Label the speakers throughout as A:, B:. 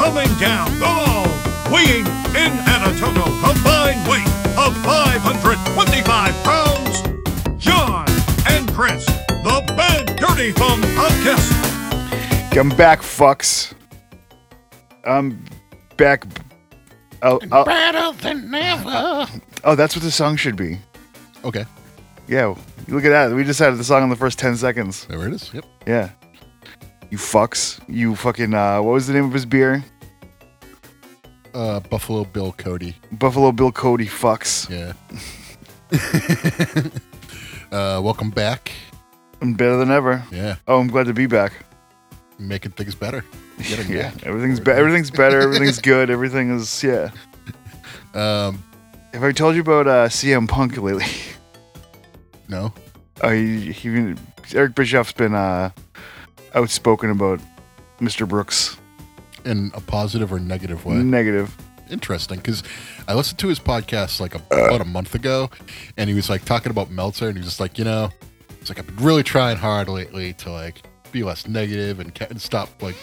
A: coming down the wall, weighing in at a total combined weight of 525 pounds, John and Chris, the Bad Dirty Thumb Podcast.
B: Come back, fucks. I'm back. Oh, oh,
C: better than ever.
B: oh, that's what the song should be.
C: Okay,
B: Yeah, you look at that. We decided the song in the first 10 seconds.
C: there it is. Yep.
B: Yeah. You fucks. You fucking, uh, what was the name of his beer?
C: Uh, Buffalo Bill Cody.
B: Buffalo Bill Cody fucks.
C: Yeah. uh, welcome back.
B: I'm better than ever.
C: Yeah,
B: Oh, I'm glad to be back.
C: making things better. Getting
B: Yeah,
C: back.
B: everything's, be- everything's better. Everything's good. Everything is, yeah.
C: Um,
B: Have I told you about uh, CM Punk lately?
C: no.
B: Uh, he, he, Eric Bischoff's been uh, outspoken about Mr. Brooks.
C: In a positive or negative way.
B: Negative.
C: Interesting, because I listened to his podcast like a, about a month ago, and he was like talking about Meltzer, and he was just like, you know, it's like I've been really trying hard lately to like be less negative and, ca- and stop like,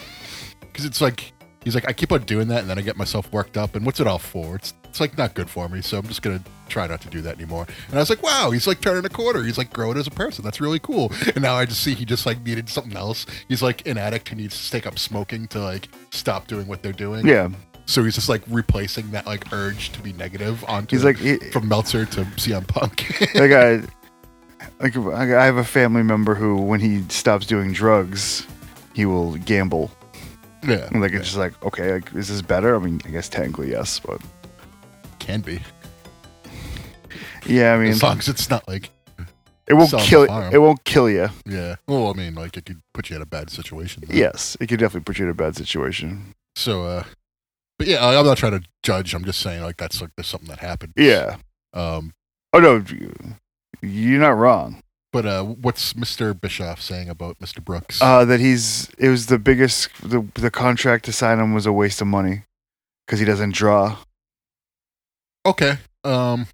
C: because it's like he's like I keep on doing that, and then I get myself worked up, and what's it all for? It's it's like not good for me, so I'm just gonna try not to do that anymore. And I was like, wow, he's like turning a corner. He's like growing as a person. That's really cool. And now I just see he just like needed something else. He's like an addict who needs to take up smoking to like stop doing what they're doing.
B: Yeah.
C: So he's just like replacing that like urge to be negative onto
B: He's like, he-
C: from Meltzer to CM Punk.
B: Like I, like I have a family member who, when he stops doing drugs, he will gamble.
C: yeah,
B: And, Like it's just like, okay, like, is this better? I mean, I guess technically yes, but
C: can be
B: yeah, I mean,
C: as long as it's not like
B: it won't
C: sells
B: kill
C: the farm.
B: it won't kill you.
C: yeah. Well, I mean, like it could put you in a bad situation. though.
B: Yes, it could definitely put you in a bad situation.
C: So, uh, but yeah, I, I'm not trying to judge. I'm just saying like that's like there's something that happened.
B: Yeah.
C: Um,
B: Oh no, you- you're not wrong.
C: but uh, what's Mr. Bischoff saying about Mr. Brooks?
B: Uh, that he's it was the biggest the the contract to sign him was a waste of money because he doesn't draw.
C: okay. Um,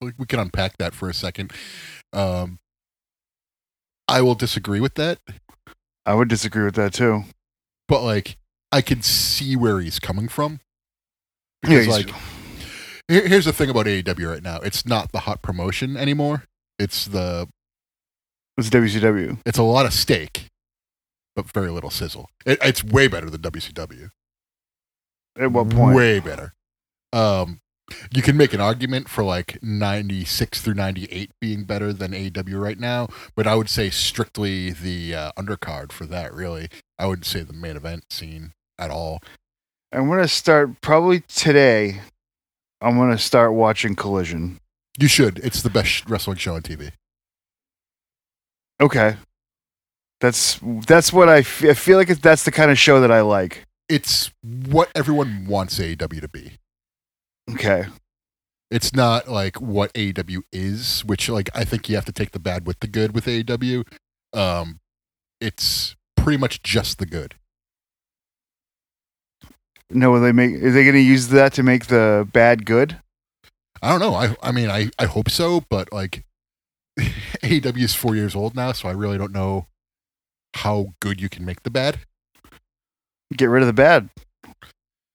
C: we we can unpack that for a second. Um, I will disagree with that.
B: I would disagree with that too.
C: but like I can see where he's coming from.
B: Yeah,
C: Because,
B: he's-
C: like here- here's the thing about AEW right now. It's not the hot promotion anymore. It's the
B: It's WCW.
C: it's a lot of steak, but very little sizzle. It, it's way better than WCW.
B: At what point?
C: Way better. Um you can make an argument for like 96 through 98 being better than AEW right now, but I would say strictly the uh, undercard for that really. I wouldn't say the main event scene at all.
B: I'm gonna start probably today. I'm gonna start watching Collision.
C: You should. It's the best wrestling show on TV.
B: Okay, that's that's what I fe- I feel like. It, that's the kind of show that I like.
C: it's what everyone wants AEW to be.
B: Okay,
C: It's not like what AEW is, which like I think you have to take the bad with the good with AEW. Um, it's pretty much just the good.
B: no, will they make? Are they gonna use that to make the bad good?
C: I don't know. I I mean I I hope so, but like AEW is four years old now, so I really don't know how good you can make the bad.
B: Get rid of the bad.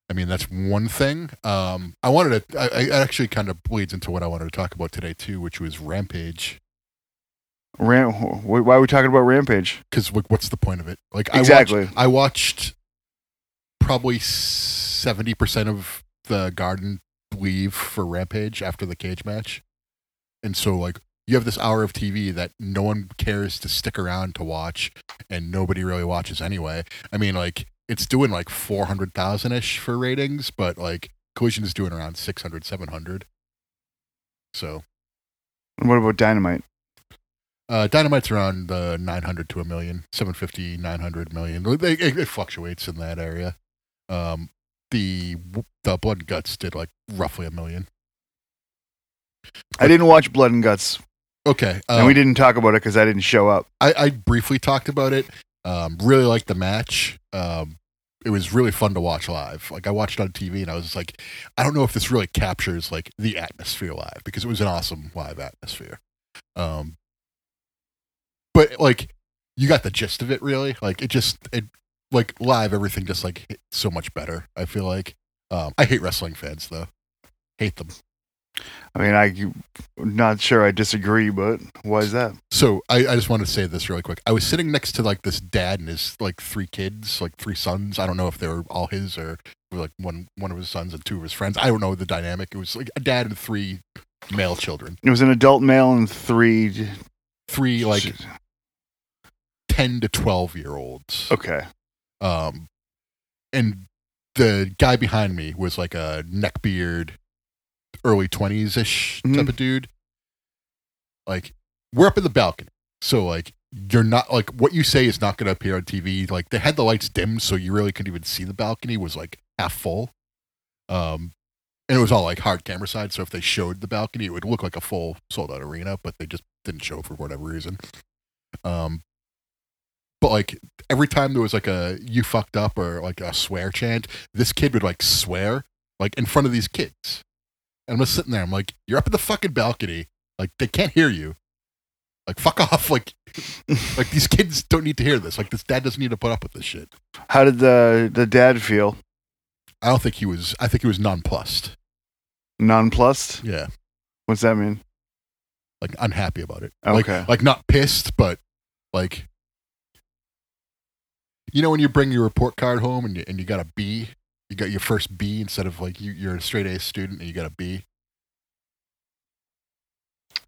C: I mean, that's one thing. Um, I wanted to, I, I it actually kind of bleeds into what I wanted to talk about today too, which was Rampage.
B: Ram- wh- why are we talking about Rampage?
C: Because like, what's the point of it? Like, I watched-
B: Exactly.
C: I watched probably seventy percent of the garden leave for Rampage after the cage match, and so like you have this hour of TV that no one cares to stick around to watch, and nobody really watches anyway. I mean, like it's doing like four hundred thousand ish for ratings, but like Collision is doing around 600, 700. So
B: And what about Dynamite?
C: uh, Dynamite's around the 900 to a million, 750, 900 million. They, it, it fluctuates in that area. Um, the the Blood and Guts did like roughly a million.
B: I didn't watch Blood and Guts,
C: Okay. Um,
B: and we didn't talk about it because I didn't show up.
C: I, I briefly talked about it. Um, really liked the match. Um, it was really fun to watch live. Like I watched on TV and I was just like, I don't know if this really captures like the atmosphere live because it was an awesome live atmosphere. Um, but like you got the gist of it really. Like it just it like live everything just like hit so much better. I feel like um, I hate wrestling fans though. Hate them.
B: I mean, I not sure I disagree, but why is that?
C: So I, I just wanted to say this really quick. I was sitting next to like this dad and his like three kids, like three sons. I don't know if they were all his or were, like one one of his sons and two of his friends. I don't know the dynamic. It was like a dad and three male children,
B: It was an adult male and three.
C: three like ten to twelve year olds.
B: okay.
C: Um, and the guy behind me was like a neckbeard, early twenties ish type
B: Mhm.
C: of dude. Like we're up in the balcony, so like you're not like what you say is not going to appear on TV. Like they had the lights dimmed, so you really couldn't even see the balcony was like half full. Um, and it was all like hard camera side, so if they showed the balcony, it would look like a full sold out arena, but they just didn't show for whatever reason. Um, but like every time there was like a you fucked up or like a swear chant, this kid would like swear like in front of these kids. And I'm just sitting there, I'm like, you're up in the fucking balcony. Like they can't hear you. Like fuck off. Like like these kids don't need to hear this. Like this dad doesn't need to put up with this shit.
B: How did the the dad feel?
C: I don't think he was I think he was nonplussed.
B: Nonplussed?
C: Yeah.
B: What's that mean?
C: Like unhappy about it.
B: Okay.
C: Like like not pissed, but like you know when you bring your report card home and you, and you got a B, you got your first B instead of like you, you're a straight A student and you got a B.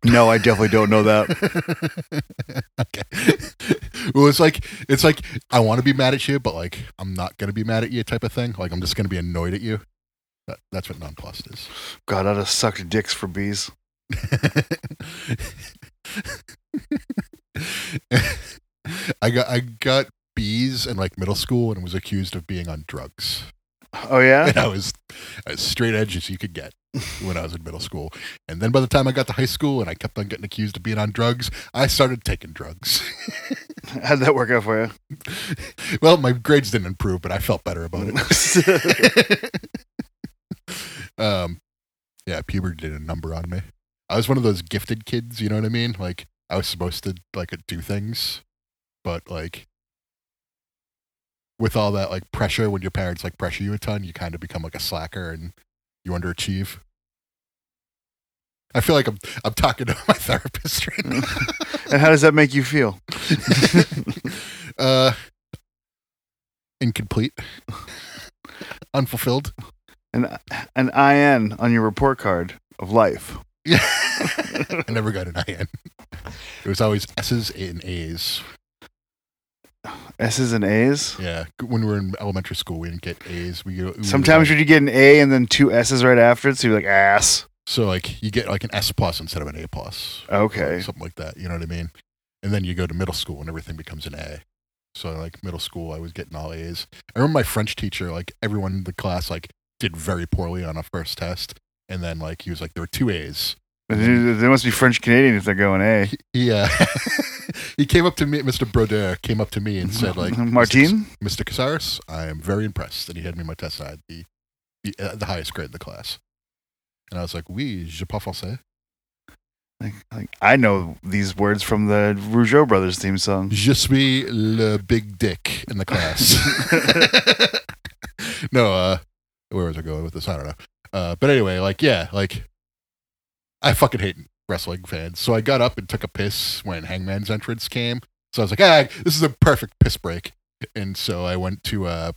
B: No, I definitely don't know that.
C: okay. Well, it's like it's like I want to be mad at you, but like I'm not gonna be mad at you, type of thing. Like I'm just gonna be annoyed at you. That, that's what nonplussed is.
B: God, I'd have sucked dicks for bees.
C: I got I got B's in like middle school and was accused of being on drugs.
B: Oh yeah,
C: And I was as straight edge as you could get when I was in middle school. And then by the time I got to high school and I kept on getting accused of being on drugs, I started taking drugs.
B: how'd that work out for you?
C: well, my grades didn't improve, but I felt better about it. um, yeah, puberty did a number on me. I was one of those gifted kids, you know what I mean? Like I was supposed to like uh, do things, but like with all that like pressure, when your parents like pressure you a ton, you kind of become like a slacker and you underachieve. I feel like I'm I'm talking to my therapist right now.
B: and how does that make you feel?
C: uh, incomplete, unfulfilled.
B: An an IN on your report card of life.
C: I never got an IN. It was always S's and A's.
B: S's and A's.
C: Yeah, when we were in elementary school, we didn't get A's. We, we
B: Sometimes would you get an A and then two S's right after it, so you're like ass.
C: so like you get like an S plus instead of an A plus,
B: Okay,
C: something like that. You know what I mean? And then you go to middle school and everything becomes an A. So like middle school, I was getting all A's. I remember my French teacher, like everyone in the class, like did very poorly on a first test, and then like he was like, there were two A's.
B: they must be French Canadian if they're going A.
C: Yeah. uh, he came up to me, Mr. Brodeur came up to me and said, like, "Mr.
B: Martine.
C: Cas- Mr. Casares, I am very impressed. And he had me my test. and I had the, the, uh, the highest grade in the class. And I was like, oui, je parle français.
B: Like, like, I know these words from the Rougeau Brothers theme song.
C: Je suis le big dick in the class. no, uh, where was I going with this? I don't know. Uh, but anyway, like, yeah, like, I fucking hate wrestling fans. So I got up and took a piss when Hangman's entrance came. So I was like, ah, this is a perfect piss break. And so I went to, uh,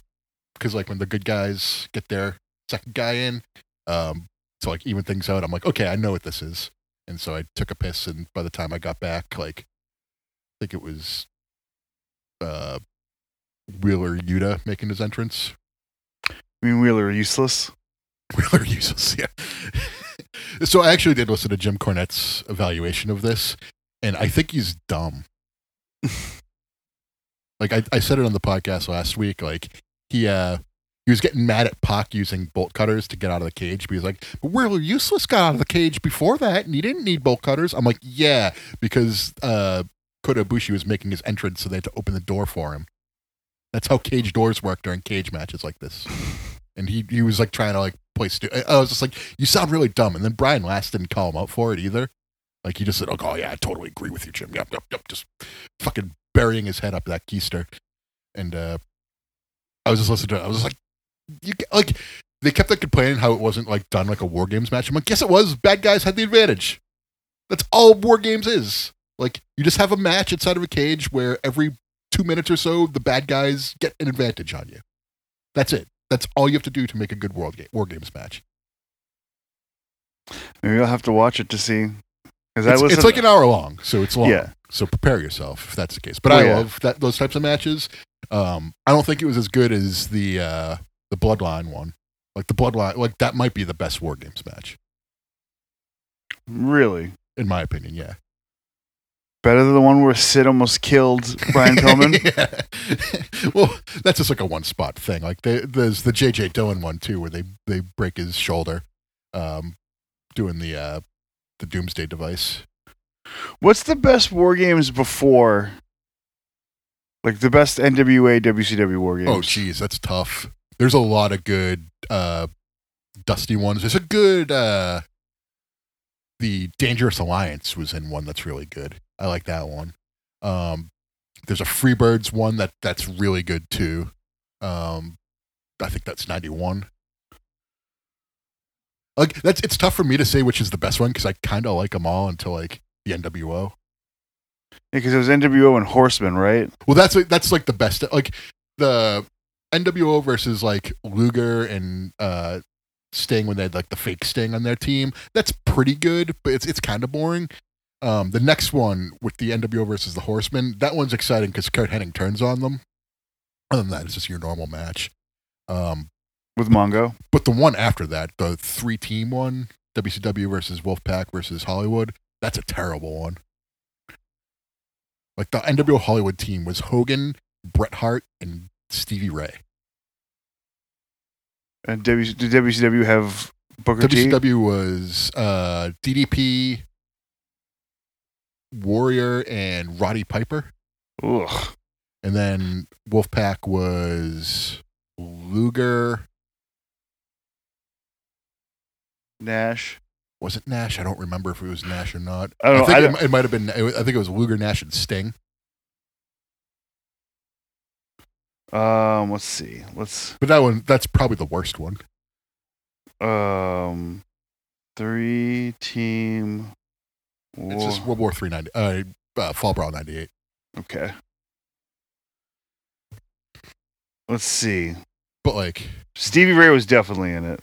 C: because like when the good guys get their second guy in, um, to like even things out, I'm like, okay, I know what this is. And so I took a piss, and by the time I got back, like, I think it was uh, Wheeler Yuta making his entrance.
B: I mean, Wheeler useless.
C: Wheeler useless, yeah. so I actually did listen to Jim Cornette's evaluation of this, and I think he's dumb. like I, I said it on the podcast last week, like he uh he was getting mad at Pac using bolt cutters to get out of the cage, but he's like, but Wheeler Useless got out of the cage before that and he didn't need bolt cutters. I'm like, yeah, because uh Kota Ibushi was making his entrance, so they had to open the door for him. That's how cage doors work during cage matches like this. And he, he was like trying to like play stupid. I I was just like, you sound really dumb. And then Brian Last didn't call him out for it either. Like he just said, like, oh yeah, I totally agree with you, Jim. Yup, yup, yup. Just fucking burying his head up that keister. And uh, I was just listening to it. I was just like, you ca- like they kept like complaining how it wasn't like done like a war games match. I'm like, yes, it was. Bad guys had the advantage. That's all war games is. Like you just have a match inside of a cage where every two minutes or so the bad guys get an advantage on you. That's it. That's all you have to do to make a good world game, war games match.
B: Maybe I'll have to watch it to see. Because I
C: It's,
B: listen,
C: it's like an hour long, so it's long.
B: yeah,
C: So prepare yourself if that's the case. But
B: Oh,
C: I
B: yeah.
C: love that those types of matches. Um, I don't think it was as good as the uh, the Bloodline one. Like the Bloodline, like that might be the best War Games match
B: really
C: in my opinion. Yeah,
B: better than the one where Sid almost killed Brian Pillman.
C: yeah. well, that's just like a one spot thing. Like they, there's the JJ Dillon one too, where they they break his shoulder, um, doing the uh, the Doomsday device.
B: What's the best war games before? Like the best NWA WCW war games.
C: Oh, geez, that's tough. There's a lot of good uh, dusty ones. There's a good uh, the Dangerous Alliance was in one that's really good. I like that one. Um, there's a Freebirds one that that's really good too. Um, I think that's 91. Like that's it's tough for me to say which is the best one because I kind of like them all until like the NWO.
B: because it was NWO and Horseman, right?
C: Well, that's that's like the best. Like the NWO versus like Luger and uh Sting when they had like the fake Sting on their team. That's pretty good, but it's it's kind of boring. Um, the next one with the NWO versus the Horsemen, that one's exciting because Kurt Hennig turns on them. Other than that, it's just your normal match. Um,
B: With Mongo.
C: but the one after that, the three team one, WCW versus Wolfpack versus Hollywood, that's a terrible one. Like the NWO Hollywood team was Hogan, Bret Hart, and Stevie Ray.
B: And w, did WCW have Booker T?
C: WCW was uh, DDP, Warrior, and Roddy Piper.
B: Ugh.
C: And then Wolfpack was Luger.
B: Nash.
C: Was it Nash? I don't remember if it was Nash or not.
B: I don't know,
C: think
B: I
C: it
B: don't-
C: mi- it might have been. I think it was Luger, Nash, and Sting.
B: Um, let's see. Let's
C: But that one, that's probably the worst one.
B: um, three team.
C: It's just
B: war-
C: World War Three ninety, uh, uh, Fall Brawl ninety eight.
B: okay. Let's see.
C: But like,
B: Stevie Ray was definitely in it.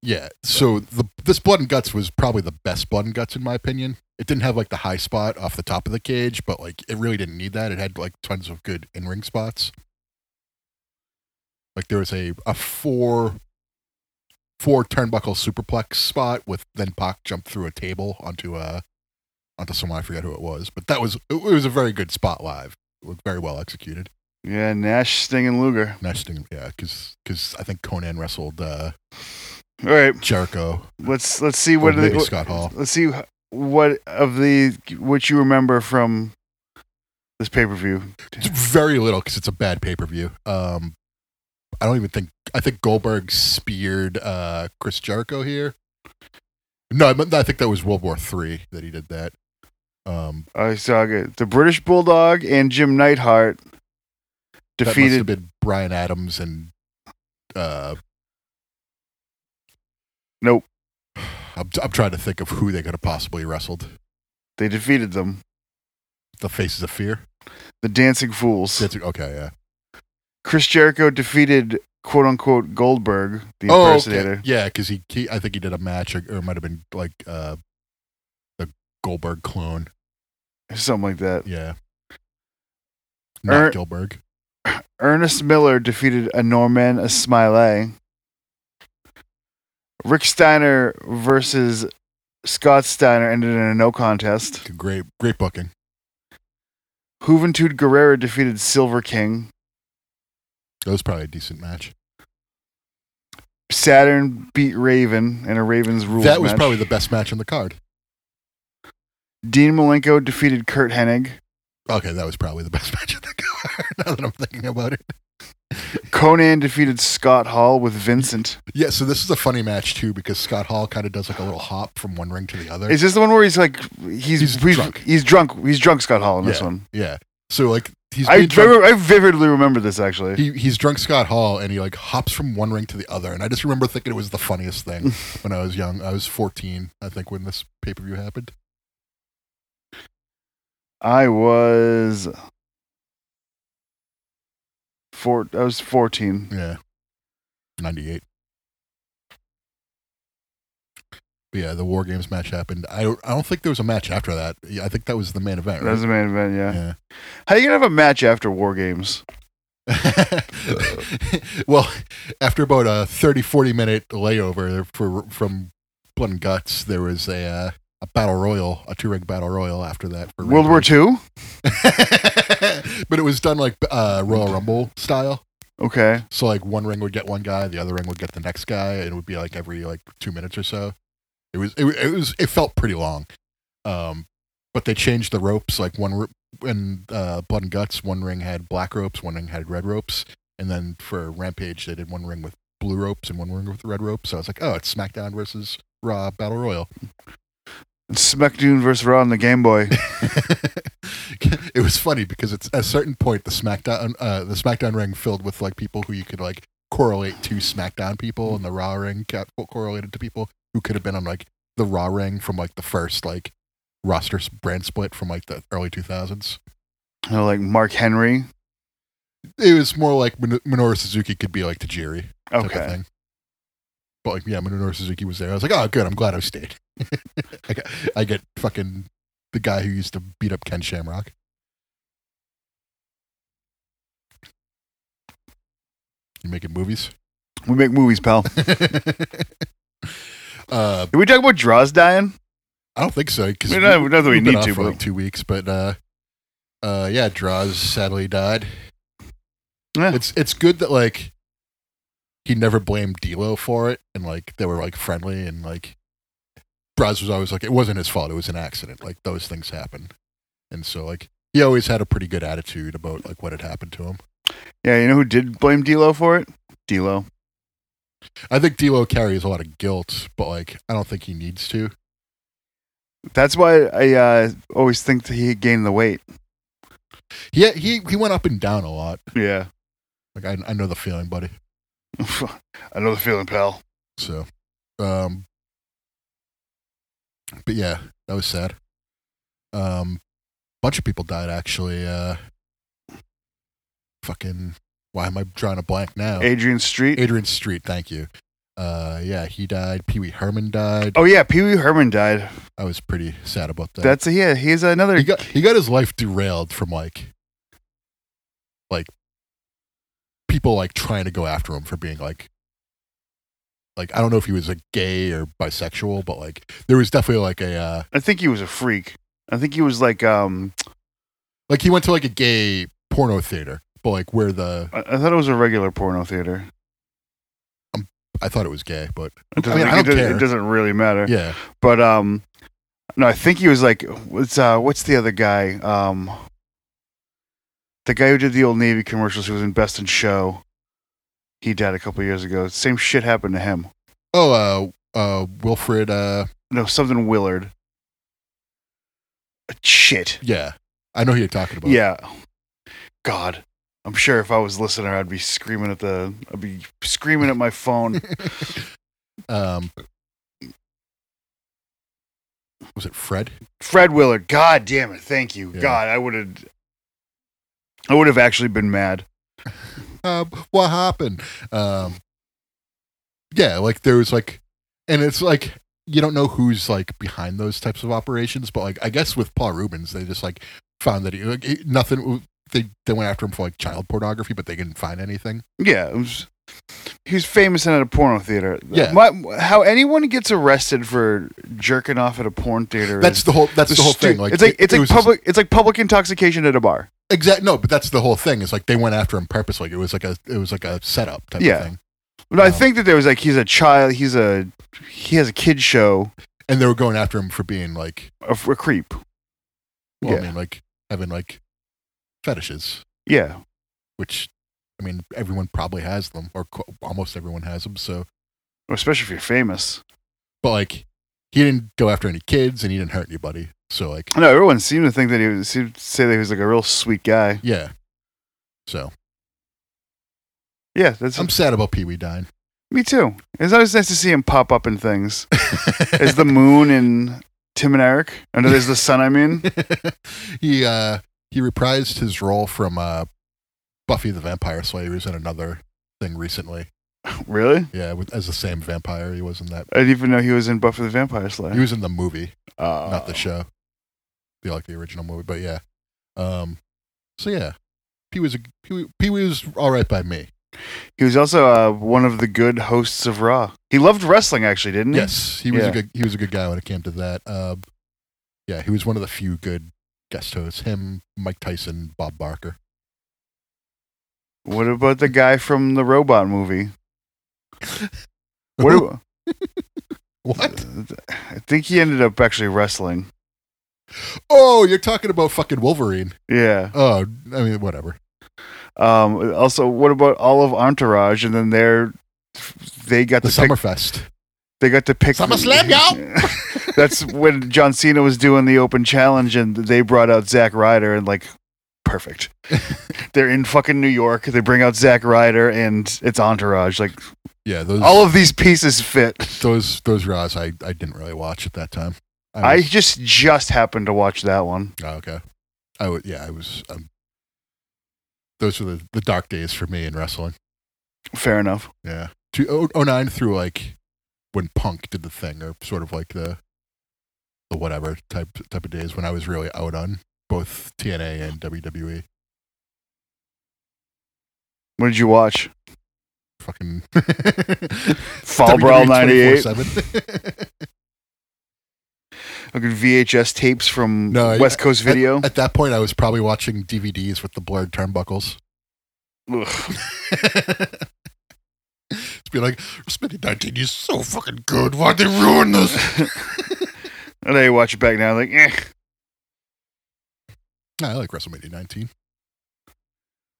C: yeah. So the this Blood and Guts was probably the best Blood and Guts in my opinion. It didn't have like the high spot off the top of the cage, but like it really didn't need that. It had like tons of good in ring spots. Like there was a a four four turnbuckle superplex spot with then Pac jumped through a table onto a onto someone I forget who it was, but that was it was a very good spot live. It was very well executed.
B: Yeah, Nash, Sting, and Luger.
C: Nash Sting, yeah, because I think Conan wrestled uh,
B: All right,
C: Jericho.
B: let's let's see
C: Or
B: what.
C: maybe
B: what-
C: Scott Hall.
B: Let's see wh- what of the what you remember from this pay per view.
C: It's very little because it's a bad pay per view. Um, I don't even think I think Goldberg speared uh, Chris Jericho here. No, I, meant- I think that was World War Three that he did that. Um,
B: I saw it. the British Bulldog and Jim Neidhart
C: that must have
B: defeated.
C: been Brian Adams and uh,
B: Nope.
C: I'm, I'm trying to think of who they could have possibly wrestled.
B: They defeated them.
C: The Faces of Fear.
B: The Dancing Fools.
C: That's- okay, yeah.
B: Chris Jericho defeated quote unquote Goldberg, the
C: Oh, okay.
B: impersonator.
C: Yeah, because he, he, I think he did a match, or, or it might have been like uh, the Goldberg clone.
B: Something like that.
C: Yeah, not
B: Er-
C: Goldberg.
B: Ernest Miller defeated a Norman a Smiley. Rick Steiner versus Scott Steiner ended in a no contest.
C: Great, great booking.
B: Juventud Guerrera defeated Silver King.
C: That was probably a decent match.
B: Saturn beat Raven in a Ravens rules
C: that was
B: match.
C: probably the best match on the card.
B: Dean Malenko defeated Kurt Hennig.
C: Okay, that was probably the best match on the card. now that I'm thinking about it.
B: Conan defeated Scott Hall with Vincent.
C: Yeah, so this is a funny match too because Scott Hall kind of does like a little hop from one ring to the other.
B: Is this the one where he's like he's
C: He's
B: he's
C: drunk.
B: He's drunk. He's drunk Scott Hall in this
C: Yeah.
B: one.
C: Yeah. So like he's
B: I,
C: being drunk-
B: remember, I vividly remember this actually.
C: he, he's drunk Scott Hall and he like hops from one ring to the other. And I just remember thinking it was the funniest thing when I was young. I was 14, I think, when this pay per view happened.
B: I was four. I was fourteen.
C: Yeah. 98. But yeah, the War Games match happened. I don't, I don't think there was a match after that. Yeah, I think that was the main event,
B: That was
C: right?
B: the main event. Yeah.
C: Yeah.
B: How you gonna have a match after War Games?
C: well, after about a 30, 40 minute layover there for, from Blood and Guts, there was a, uh, a battle royal, a two ring battle royal after that. For
B: World War II.
C: but it was done like uh, Royal Rumble style.
B: Okay.
C: So like one ring would get one guy, the other ring would get the next guy, and it would be like every like two minutes or so. It was it, wa- it was it felt pretty long, um, but they changed the ropes. Like one ro- in uh, Blood and Guts, one ring had black ropes, one ring had red ropes, and then for Rampage they did one ring with blue ropes and one ring with red ropes. So I was like, oh, it's SmackDown versus Raw Battle Royal.
B: SmackDown versus Raw on the Game Boy.
C: it was funny because it's at a certain point the SmackDown uh, the SmackDown ring filled with like people who you could like correlate to SmackDown people, and the Raw ring got correlated to people who could have been on like the Raw ring from like the first like roster s- brand split from like the early two thousands.
B: You know, like Mark Henry.
C: It was more like Min- Minoru Suzuki could be like Tajiri type of
B: Okay.
C: thing. But like yeah, Minoru Suzuki was there. I was like, oh good, I'm glad I stayed. I, got, I get fucking the guy who used to beat up Ken Shamrock. You making movies?
B: We make movies, pal.
C: uh,
B: Did we talk about Draws dying?
C: I don't think so because
B: I mean, not, not that we
C: We've been
B: need
C: off
B: to,
C: for like
B: but
C: two weeks, but uh, uh, yeah, Draws sadly died.
B: Yeah.
C: It's it's good that like he never blamed D'Lo for it, and like they were like friendly, and like Draws was always like it wasn't his fault; it was an accident. Like those things happen, and so like he always had a pretty good attitude about like what had happened to him.
B: yeah, you know who did blame D'Lo for it? D'Lo.
C: I think D'Lo carries a lot of guilt, but like I don't think he needs to.
B: That's why I uh, always think that he gained the weight.
C: He he he went up and down a lot.
B: Yeah.
C: Like I I know the feeling, buddy.
B: I know the feeling, pal.
C: So, um, but yeah, that was sad. Um, bunch of people died actually. Uh, fucking, why am I drawing a blank now?
B: Adrian Street.
C: Adrian Street, thank you. Uh, yeah, he died. Pee Wee Herman died.
B: oh yeah, Pee Wee Herman died.
C: I was pretty sad about that.
B: That's a, yeah. He's another.
C: he got he got his life derailed from like, like people like trying to go after him for being like, like I don't know if he was like gay or bisexual, but like there was definitely like a uh,
B: I think he was a freak. I think he was like um.
C: like he went to like a gay porno theater, but like where the
B: I, I thought it was a regular porno theater.
C: I thought it was gay, but
B: It doesn't,
C: I mean, I
B: it,
C: don't
B: doesn't,
C: care.
B: it doesn't really matter.
C: yeah,
B: But um, no, I think he was like what's uh what's the other guy um. The guy who did the old Navy commercials, who was in Best in Show, he died a couple years ago. Same shit happened to him.
C: oh uh uh Wilfred uh
B: No, something Willard. Uh, Shit.
C: yeah I know who you're talking about
B: Yeah. God. I'm sure if I was a listener, I'd be screaming at the, I'd be screaming at my phone.
C: um was it Fred
B: Fred Willard. God damn it. Thank you.
C: Yeah.
B: God, I would have, I would have actually been mad.
C: uh, what happened? Um, yeah, like there was like, and it's like you don't know who's like behind those types of operations, but like I guess with Paul Rubens, they just like found that he like it, nothing. They they went after him for like child pornography, but they couldn't find anything.
B: Yeah. It was, he was famous and at a porno theater.
C: Yeah.
B: My, how anyone gets arrested for jerking off at a porn theater.
C: That's
B: is
C: the whole. That's the whole
B: stu-
C: thing. Like
B: it's like,
C: it-
B: it's
C: it
B: like
C: was just-
B: public, it's like public intoxication at a bar.
C: Exact. No, but that's the whole thing. Is like they went after him purposely. It was like a. It was like a setup type
B: Yeah.
C: of thing.
B: But I
C: Um,
B: think that there was like, he's a child. He's a, he has a kid show
C: And they were going after him for being like.
B: of a creep.
C: Well,
B: Yeah.
C: I mean, like having like fetishes.
B: Yeah.
C: which I mean, everyone probably has them, or qu- almost everyone has them. So,
B: Or especially if you're famous.
C: but like, he didn't go after any kids, and he didn't hurt anybody. So like,
B: No, everyone seemed to think that he was seemed to say that he was like a real sweet guy.
C: yeah. So
B: Yeah, that's
C: I'm sad about Pee Wee dying.
B: me too. It's always nice to see him pop up in things. Is the moon in Tim and Eric? Or no, there's the sun. I mean,
C: he uh he reprised his role from uh Buffy the Vampire Slayer. He was in another thing recently.
B: really?
C: Yeah, with, as the same vampire he was in that.
B: I didn't even know he was in Buffy the Vampire Slayer.
C: He was in the movie,
B: Uh,
C: not the show. Be like the original movie, but yeah. Um, so yeah, Pee Wee's a- Pee Wee Pee Wee was all right by me.
B: He was also uh, one of the good hosts of Raw. He loved wrestling, actually, didn't he?
C: Yes, he was
B: Yeah.
C: a good he was a good guy when it came to that. Uh, yeah, he was one of the few good guest hosts. Him, Mike Tyson, Bob Barker.
B: What about the guy from the robot movie? What? do-
C: What?
B: I think he ended up actually wrestling.
C: Oh, you're talking about fucking Wolverine.
B: Yeah.
C: Oh, I mean, whatever.
B: Um, also, what about all of Entourage? And then they're they got
C: The
B: to pick.
C: Summerfest.
B: They got to pick.
C: SummerSlam,
B: yo. That's when John Cena was doing the open challenge, and they brought out Zack Ryder, and like, perfect. they're in fucking New York. They bring out Zack Ryder, and it's Entourage. Like
C: Yeah, those
B: all of these pieces fit.
C: those those Raws I, I didn't really watch at that time.
B: I
C: was-
B: just just happened to watch that one.
C: oh, okay. I would yeah I was um, those were the, the dark days for me in wrestling.
B: Fair enough.
C: Yeah, Two- oh- oh nine through like when Punk did the thing or sort of like the the whatever type type of days when I was really out on both TNA and E. WWE.
B: What did you watch?
C: Fucking E
B: Fall Brawl
C: WWE
B: '98.
C: 24/7.
B: Fucking VHS tapes from
C: No, I-
B: West Coast Video.
C: At that point, I was probably watching DVDs with the blurred turnbuckles.
B: Ugh.
C: it's be like, Smitty 19 is so fucking good. Why'd they ruin this?
B: and I watch it back now, like, eh.
C: Nah, I like WrestleMania 19.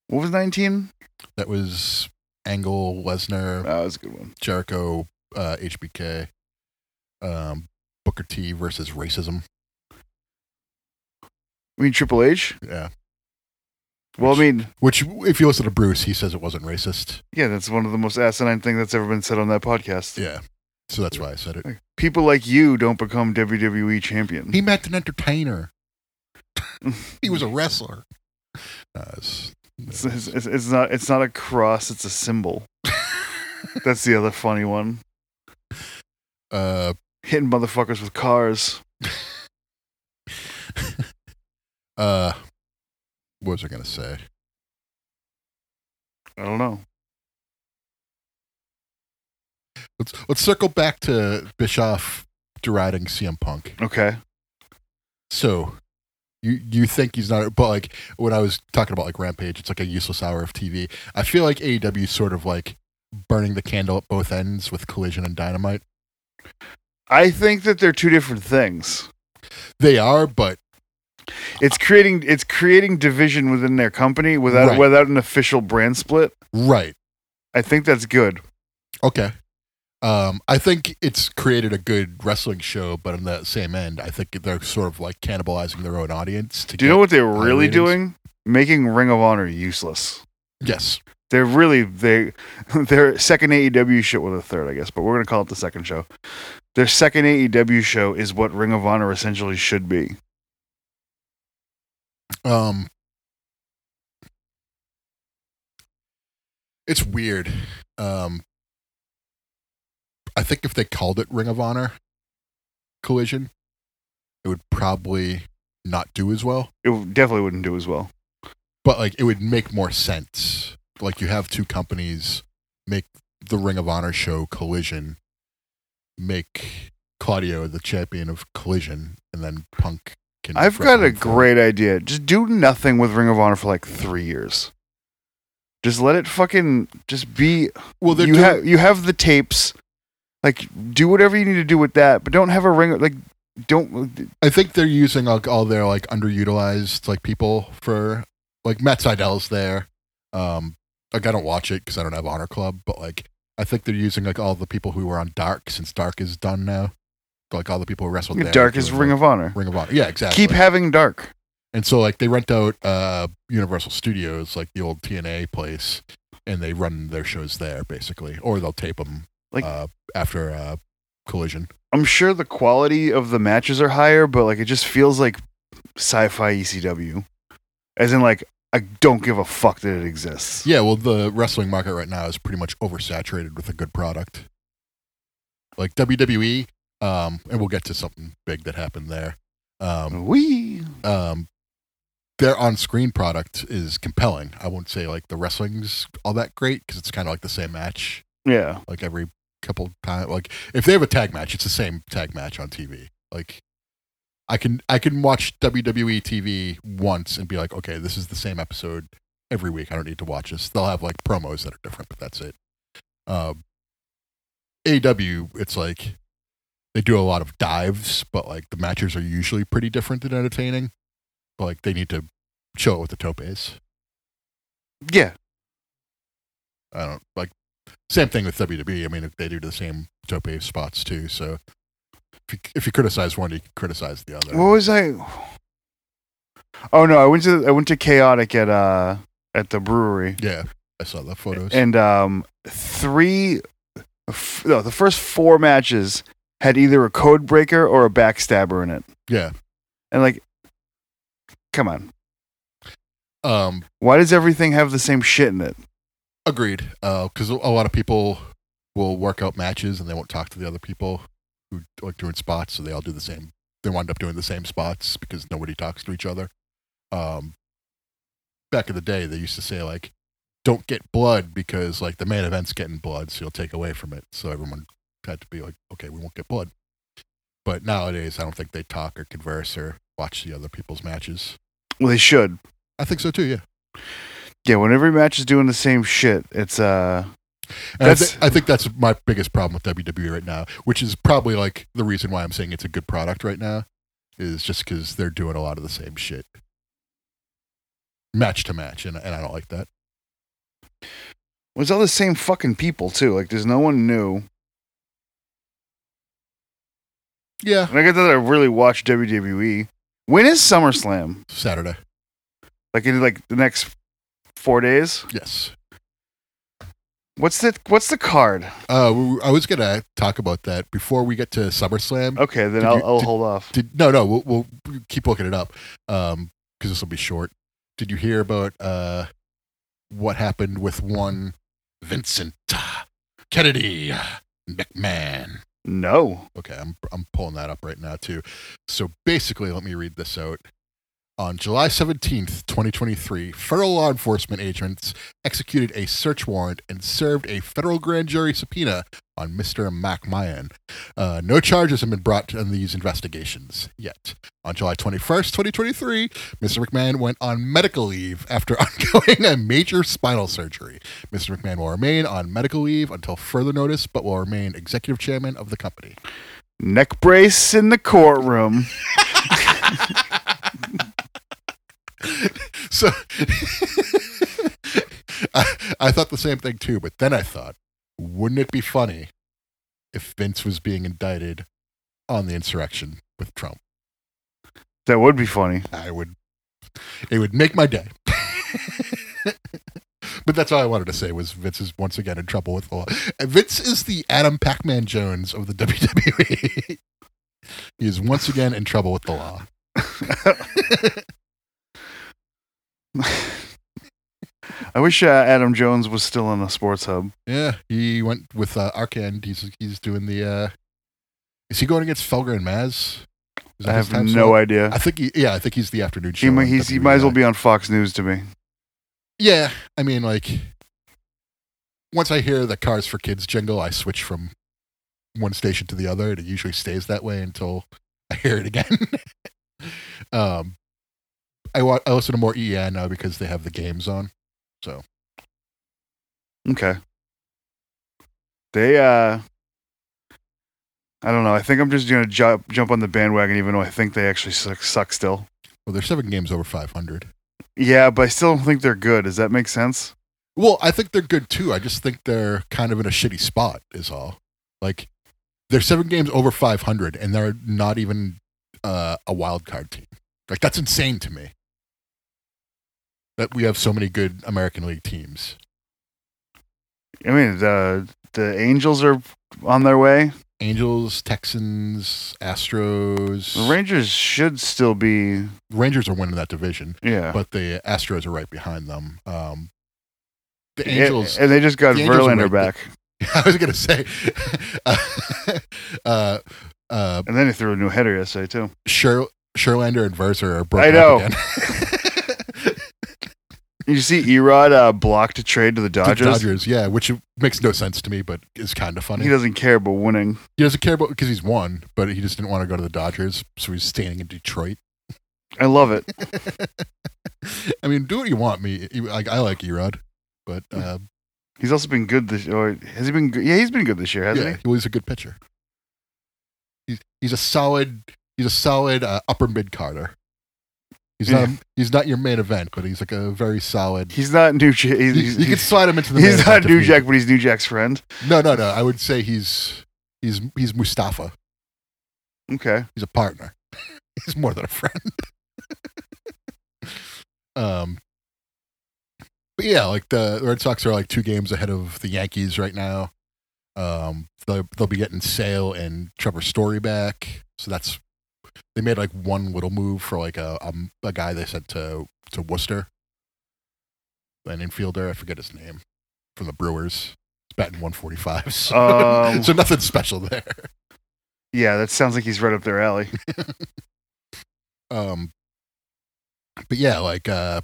B: What was 19?
C: That was Angle,
B: Oh,
C: Lesnar,
B: that was a good one.
C: Jericho, uh, HBK, um, Booker T versus racism.
B: I mean, Triple H?
C: Yeah.
B: Well, I mean,
C: Which, if you listen to Bruce, he says it wasn't racist.
B: yeah, that's one of the most asinine things that's ever been said on that podcast.
C: Yeah. So that's why I said it.
B: People like you don't become E WWE champion.
C: He met an entertainer. he was a wrestler. Nah, it's-
B: It's, it's, it's- it's not. It's not a cross. It's a symbol. that's the other funny one.
C: uh,
B: Hitting motherfuckers with cars.
C: uh, what was I gonna say?
B: I don't know.
C: Let's let's circle back to Bischoff deriding CM Punk.
B: Okay.
C: So, you you think he's not? But like when I was talking about like Rampage, it's like a useless hour of TV. I feel like AEW is sort of like burning the candle at both ends with Collision and Dynamite.
B: I think that they're two different things.
C: They are, but
B: It's creating. It's creating division within their company without
C: Right.
B: without an official brand split.
C: right.
B: I think that's good.
C: Okay. Um, I think it's created a good wrestling show, but on the same end, I think they're sort of like cannibalizing their own audience. To
B: Do you know
C: get-
B: what they're really
C: ratings.
B: doing? Making Ring of Honor useless.
C: Yes.
B: They're really they their second AEW show well the third I guess, but we're gonna call it the second show. Their second AEW show is what Ring of Honor essentially should be.
C: Um, it's weird. Um, I think if they called it Ring of Honor Collision, it would probably not do as well.
B: It w- definitely wouldn't do as well.
C: But like, it would make more sense. Like, you have two companies make the Ring of Honor show Collision, make Claudio the champion of Collision, and then Punk can.
B: I've got
C: wrestle
B: a
C: him for-
B: great idea. Just do nothing with Ring of Honor for like three years. Just let it fucking just be.
C: Well, they're
B: you
C: doing-
B: have you have the tapes. Like do whatever you need to do with that, but don't have a ring. Like don't.
C: I think they're using like all their like underutilized like people for like Matt Seidel's there. Um, like I don't watch it because I don't have Honor Club, but like I think they're using like all the people who were on Dark since Dark is done now. like all the people who wrestled there.
B: Dark is
C: doing,
B: Ring
C: like,
B: of Honor.
C: Ring of Honor. Yeah, exactly.
B: Keep having dark.
C: And so like they rent out uh Universal Studios, like the old TNA place, and they run their shows there basically, or they'll tape them
B: Like-
C: uh, after uh, Collision.
B: I'm sure the quality of the matches are higher, but like it just feels like sci-fi ECW, as in like I don't give a fuck that it exists.
C: Yeah, well, the wrestling market right now is pretty much oversaturated with a good product. Like WWE, um, and we'll get to something big that happened there. Um,
B: We
C: um, their on-screen product is compelling. I won't say like the wrestling's all that great because it's kind of like the same match
B: yeah.
C: like every couple times. Like if they have a tag match, it's the same tag match on TV. Like I can I can watch WWE TV once and be like, okay, this is the same episode every week. I don't need to watch this. They'll have like promos that are different, but that's it. Um, AW, it's like they do a lot of dives, but like the matches are usually pretty different and entertaining. But like they need to show it with the tope is.
B: Yeah.
C: I don't like same thing with WWE. I mean, they do the same tope spots too. So if you, if you criticize one, you can criticize the other.
B: What was I? Oh no, I went to I went to chaotic at uh at the brewery
C: yeah, I saw the photos.
B: and um three f- no the first four matches had either a code breaker or a backstabber in it
C: yeah.
B: and like come on
C: Um.
B: why does everything have the same shit in it
C: Agreed. Because a lot of people will work out matches and they won't talk to the other people who like doing spots, so they all do the same. They wind up doing the same spots because nobody talks to each other. Um, back in the day, they used to say like, "Don't get blood because like the main event's getting blood, so you'll take away from it." So everyone had to be like, "Okay, we won't get blood." But nowadays, I don't think they talk or converse or watch the other people's matches.
B: well they should
C: I think so too. Yeah.
B: Yeah, when every match is doing the same shit, it's uh
C: And I,
B: That's-
C: thi- I think that's my biggest problem with WWE right now, which is probably like the reason why I'm saying it's a good product right now, is just because they're doing a lot of the same shit, match to match, and, and I don't like that.
B: well, it's all the same fucking people too. Like there's no one new.
C: Yeah,
B: And I got that I really watch WWE. E. When is SummerSlam?
C: Saturday.
B: Like in like the next four days?
C: Yes,
B: What's the what's the card?
C: uh, we- I was gonna talk about that before we get to SummerSlam.
B: Okay, then
C: Did
B: I'll,
C: you-
B: I'll
C: did-
B: hold off.
C: Did no, no, we'll, we'll keep looking it up because this will be short. Did you hear about uh, what happened with one Vincent Kennedy McMahon?
B: No.
C: Okay, I'm I'm pulling that up right now too. So basically, let me read this out. On July 17th, 2023, federal law enforcement agents executed a search warrant and served a federal grand jury subpoena on Mr. McMahon. Uh, no charges have been brought in these investigations yet. On July 21st, 2023, Mr. McMahon went on medical leave after undergoing a major spinal surgery. Mr. McMahon will remain on medical leave until further notice, but will remain executive chairman of the company.
B: Neck brace in the courtroom.
C: so I, I thought the same thing too, but then I thought, wouldn't it be funny if Vince was being indicted on the insurrection with Trump?
B: That would be funny.
C: I would, it would make my day. but that's all I wanted to say was Vince is once again in trouble with the law. And Vince is the Adam Pac-Man Jones of the WWE. he is once again in trouble with the law.
B: I wish uh, Adam Jones was still in the sports hub.
C: Yeah, he went with uh, Arkand. He's he's doing the. uh Is he going against Felger and Maz? Is
B: I
C: that his
B: have
C: time
B: no
C: slot?
B: idea.
C: I think he, yeah, I think he's the afternoon show.
B: He, might-
C: on
B: he's, he
C: WWE
B: might as well
C: Night.
B: be on Fox News to me.
C: Yeah, I mean, like once I hear the Cars for Kids jingle, I switch from one station to the other, and it usually stays that way until I hear it again. um, I wa- I listen to more EN now because they have the games on.
B: Okay. They uh I don't know. I think I'm just going to jump jump on the bandwagon even though I think they actually suck, suck still.
C: Well, they're seven games over five hundred.
B: Yeah, but I still don't think they're good. Does that make sense?
C: Well, I think they're good too. I just think they're kind of in a shitty spot, is all. Like, They're seven games over 500, and they're not even uh, a wild card team. Like that's insane to me. That we have so many good American League teams.
B: I mean, the the Angels are on their way.
C: Angels, Texans, Astros.
B: The Rangers should still be.
C: Rangers are winning that division,
B: Yeah.
C: but the Astros are right behind them. Um, the
B: Yeah,
C: Angels.
B: and they just got
C: the Angels are
B: Verlander
C: right
B: back,
C: I was gonna say, uh, uh, uh,
B: and then he threw a new header yesterday too.
C: Sher- Sherlander and Verser are
B: I
C: broken
B: know.
C: up again.
B: You see, Erod uh, blocked a trade to the
C: The
B: Dodgers.
C: Dodgers, yeah, which makes no sense to me, but is kind of funny.
B: He doesn't care about winning.
C: He doesn't care about because he's won, but he just didn't want to go to the Dodgers, so he's staying in Detroit.
B: I love it.
C: I mean, do what you want. Me, you- I, I like Erod, but
B: Hmm.
C: uh,
B: He's also been good this. Or has he been? Good? Yeah, he's been good this year, hasn't
C: yeah, he was a good pitcher. He's he's a solid he's a solid uh, upper mid carder. He's not he's not your main event, but he's like a very solid.
B: he? He's not New Jack. He's,
C: You,
B: he's,
C: you could slide him into the. main
B: he's not
C: event if
B: New
C: you-
B: Jack, but he's New Jack's friend.
C: No, no, no. I would say he's he's he's Mustafa.
B: Okay.
C: He's a partner. He's more than a friend. um, but yeah, like the Red Sox are like two games ahead of the Yankees right now. Um, they'll, they'll be getting Sale and Trevor Story back, so that's they made like one little move for like a um, a guy they sent to to Worcester, an infielder I forget his name from the Brewers. He's batting one forty five, so,
B: Um,
C: so nothing special there.
B: Yeah, that sounds like he's right up their alley.
C: Um, but yeah, like uh,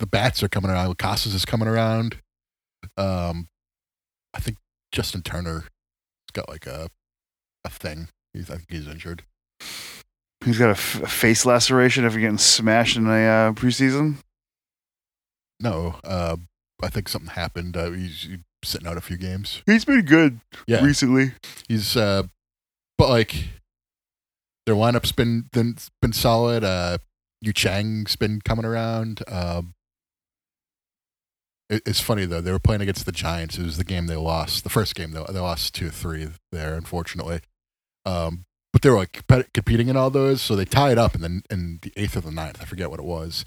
C: the bats are coming around. Casas is coming around. Um, I think Justin Turner's got like a a thing. He's, I think he's injured.
B: He's got a, f- a face laceration after getting smashed in the uh, preseason.
C: No, uh, I think something happened. Uh, he's, he's sitting out a few games.
B: He's been good
C: Yeah.
B: recently.
C: He's uh, but like their lineup's been been, been solid. Uh, Yu Chang's been coming around. Um, it, it's funny though. They were playing against the Giants. It was the game they lost. The first game they they lost two three there, unfortunately. Um, but they were like compet- competing in all those, so they tied up in the in the eighth or the ninth. I forget what it was,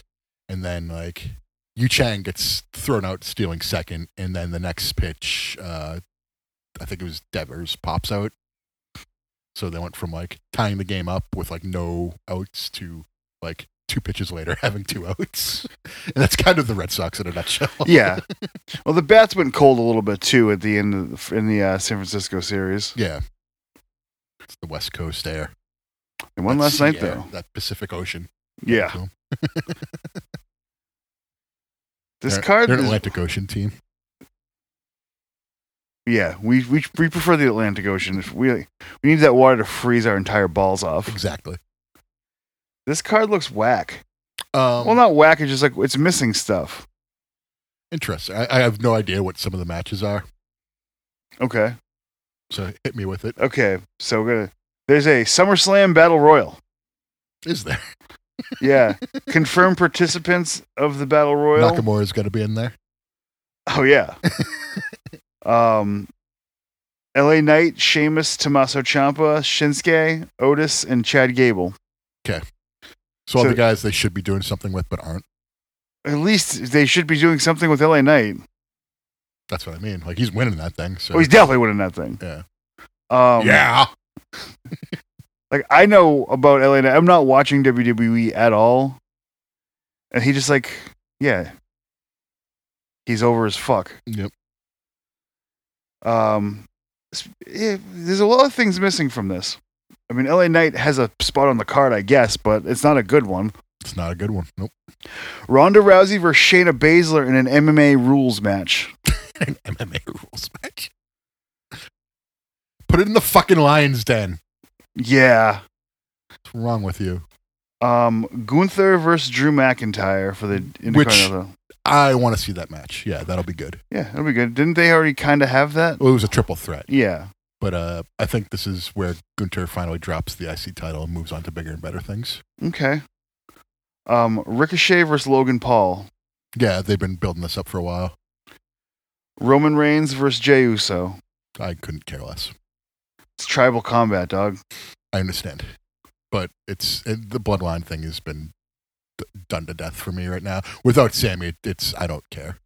C: and then like. Yu Chang gets thrown out stealing second, and then the next pitch, uh, I think it was Devers pops out. So they went from like tying the game up with like no outs to like two pitches later having two outs. And that's kind of the Red Sox in a nutshell.
B: Yeah. well, the bats went cold a little bit too at the end of the, in the uh, San Francisco series.
C: Yeah. It's the West Coast air.
B: They won
C: That
B: last
C: sea
B: night
C: air,
B: though.
C: That Pacific Ocean.
B: Yeah.
C: So
B: This
C: they're-
B: card.
C: They're an
B: is-
C: Atlantic Ocean team.
B: yeah, we, we we prefer the Atlantic Ocean. If we we need that water to freeze our entire balls off.
C: Exactly.
B: This card looks whack.
C: Um,
B: well, not whack. It's just like it's missing stuff.
C: interesting. I, I have no idea what some of the matches are.
B: Okay.
C: So hit me with it.
B: Okay. So we're gonna. There's a SummerSlam Battle Royal.
C: Is there?
B: Yeah. Confirmed participants of the Battle Royal.
C: Nakamura's got to be in there.
B: Oh yeah. um, L.A. Knight, Sheamus, Tommaso Ciampa, Shinsuke, Otis, and Chad Gable.
C: So all
B: So-
C: the guys they should be doing something with but aren't.
B: At least they should be doing something with L.A. Knight.
C: That's what I mean. Like he's winning that thing. So
B: Oh, he's definitely winning that thing.
C: Yeah.
B: Um,
C: yeah.
B: Like I know about LA. Knight. I'm not watching WWE at all, and he just like, yeah, he's over as fuck.
C: Yep.
B: Um, s- yeah, there's a lot of things missing from this. I mean, LA Knight has a spot on the card, I guess, but it's not a good one.
C: It's not a good one. Nope.
B: Ronda Rousey versus Shayna Baszler in an MMA rules match.
C: An MMA rules match. Put it in the fucking lion's den.
B: Yeah.
C: What's wrong with you?
B: Um, Gunther versus Drew McIntyre for the Intercontinental.
C: I want to see that match. Yeah, that'll be good.
B: Yeah, that'll be good. Didn't they already kind of have that?
C: Well, it was a triple threat,
B: Yeah.
C: but uh, I think this is where Gunter finally drops the IC title and moves on to bigger and better things.
B: Okay. Um, Ricochet versus Logan Paul.
C: Yeah, they've been building this up for a while.
B: Roman Reigns versus Jey Uso.
C: I couldn't care less.
B: It's tribal combat, dog.
C: I understand, but it's it, the bloodline thing has been d- done to death for me right now. Without Sammy, it, it's I don't care.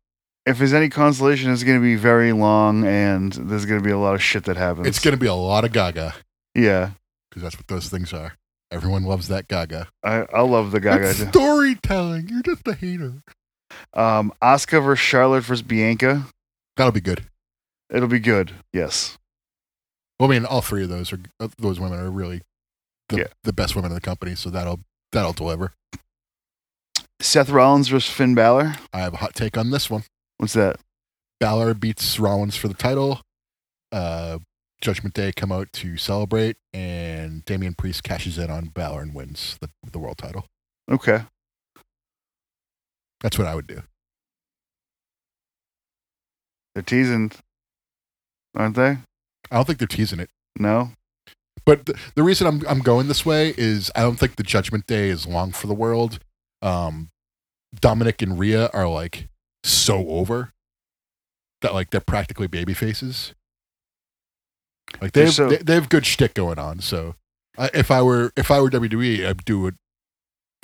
B: If there's any consolation, it's going to be very long, and there's going to be a lot of shit that happens.
C: It's going to be a lot of Gaga
B: yeah.
C: because that's what those things are. Everyone loves that Gaga.
B: I, I love the
C: That's
B: Gaga.
C: storytelling. You're just a hater.
B: Um, Asuka versus Charlotte versus Bianca.
C: That'll be good.
B: It'll be good. Yes.
C: Well, I mean, all three of those are uh, those women are really the,
B: Yeah.
C: the best women in the company, so that'll that'll deliver.
B: Seth Rollins versus Finn Balor.
C: I have a hot take on this one.
B: What's that?
C: Balor beats Rollins for the title. Uh, Judgment Day come out to celebrate, and Damian Priest cashes in on Balor and wins the, the world title.
B: Okay.
C: That's what I would do.
B: They're teasing, aren't they?
C: I don't think they're teasing it.
B: No.
C: But the, the reason I'm I'm going this way is I don't think the Judgment Day is long for the world. Um, Dominic and Rhea are like so over that like they're practically baby faces. Like
B: They're
C: they've
B: so-
C: they, they have good shtick going on. So I, if I were if I were WWE, I'd do it.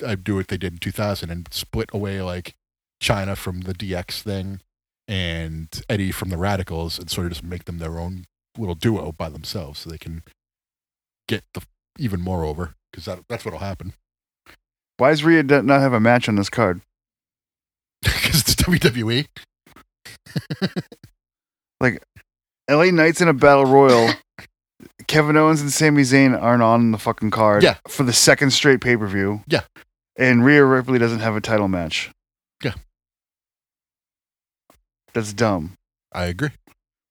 C: I'd do what they did in 2000 and split away like China from the DX thing and Eddie from the Radicals and sort of just make them their own little duo by themselves so they can get the even more over because that, that's what'll happen
B: Why does Rhea d- not have a match on this card?
C: because it's WWE.
B: LA Knights in a battle royal. Kevin Owens and Sami Zayn aren't on the fucking card
C: Yeah.
B: for the second straight pay per view.
C: Yeah.
B: And Rhea Ripley doesn't have a title match.
C: Yeah.
B: That's dumb.
C: I agree.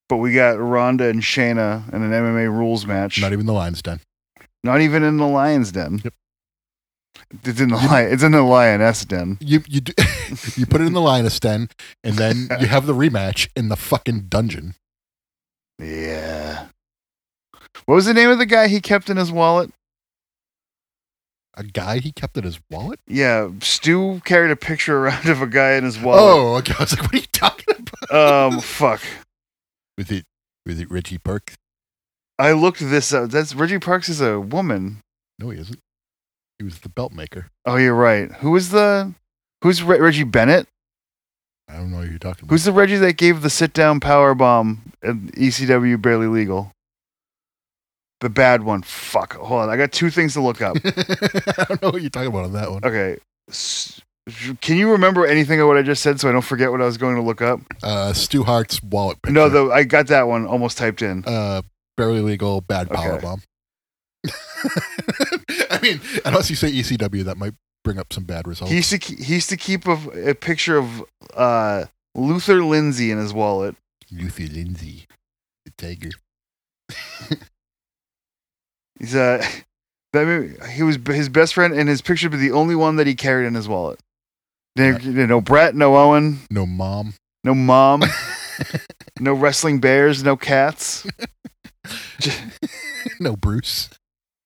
B: But we got Ronda and Shayna in an MMA rules match.
C: Not even the lion's den.
B: Not even in the lion's den.
C: Yep.
B: It's in the lion. It's in the lioness den.
C: You you do, you put it in the lion's den and then you have the rematch in the fucking dungeon.
B: Yeah. What was the name of the guy he kept in his wallet?
C: A guy he kept in his wallet.
B: Yeah, Stu carried a picture around of a guy in his wallet.
C: Oh, okay. I was like, what are you talking about?
B: Um, fuck.
C: With it with it Reggie Burke?
B: I looked this up. That's Reggie Parks is a woman.
C: No, he isn't. He was the belt maker.
B: Oh, you're right. Who is the Who's Re- Reggie Bennett?
C: I don't know who you're talking about.
B: Who's the Reggie that gave the sit down power bomb at ECW barely legal? The bad one. Fuck. Hold on. I got two things to look up.
C: I don't know what you're talking about on that one.
B: okay. S- Can you remember anything of what I just said so I don't forget what I was going to look up?
C: Uh, Stu Hart's wallet picture.
B: No, though I got that one almost typed in.
C: uh, barely legal bad power
B: Okay.
C: bomb. I mean, unless you say ECW, that might bring up some bad results.
B: He used to ke- he used to keep a, a picture of uh, Luther Lindsay in his wallet.
C: Luther Lindsay, the tiger.
B: He's uh, that movie, he was b- his best friend, and his picture was the only one that he carried in his wallet. No, no Brett, no Owen,
C: No mom.
B: no mom, no wrestling bears, no cats,
C: no Bruce.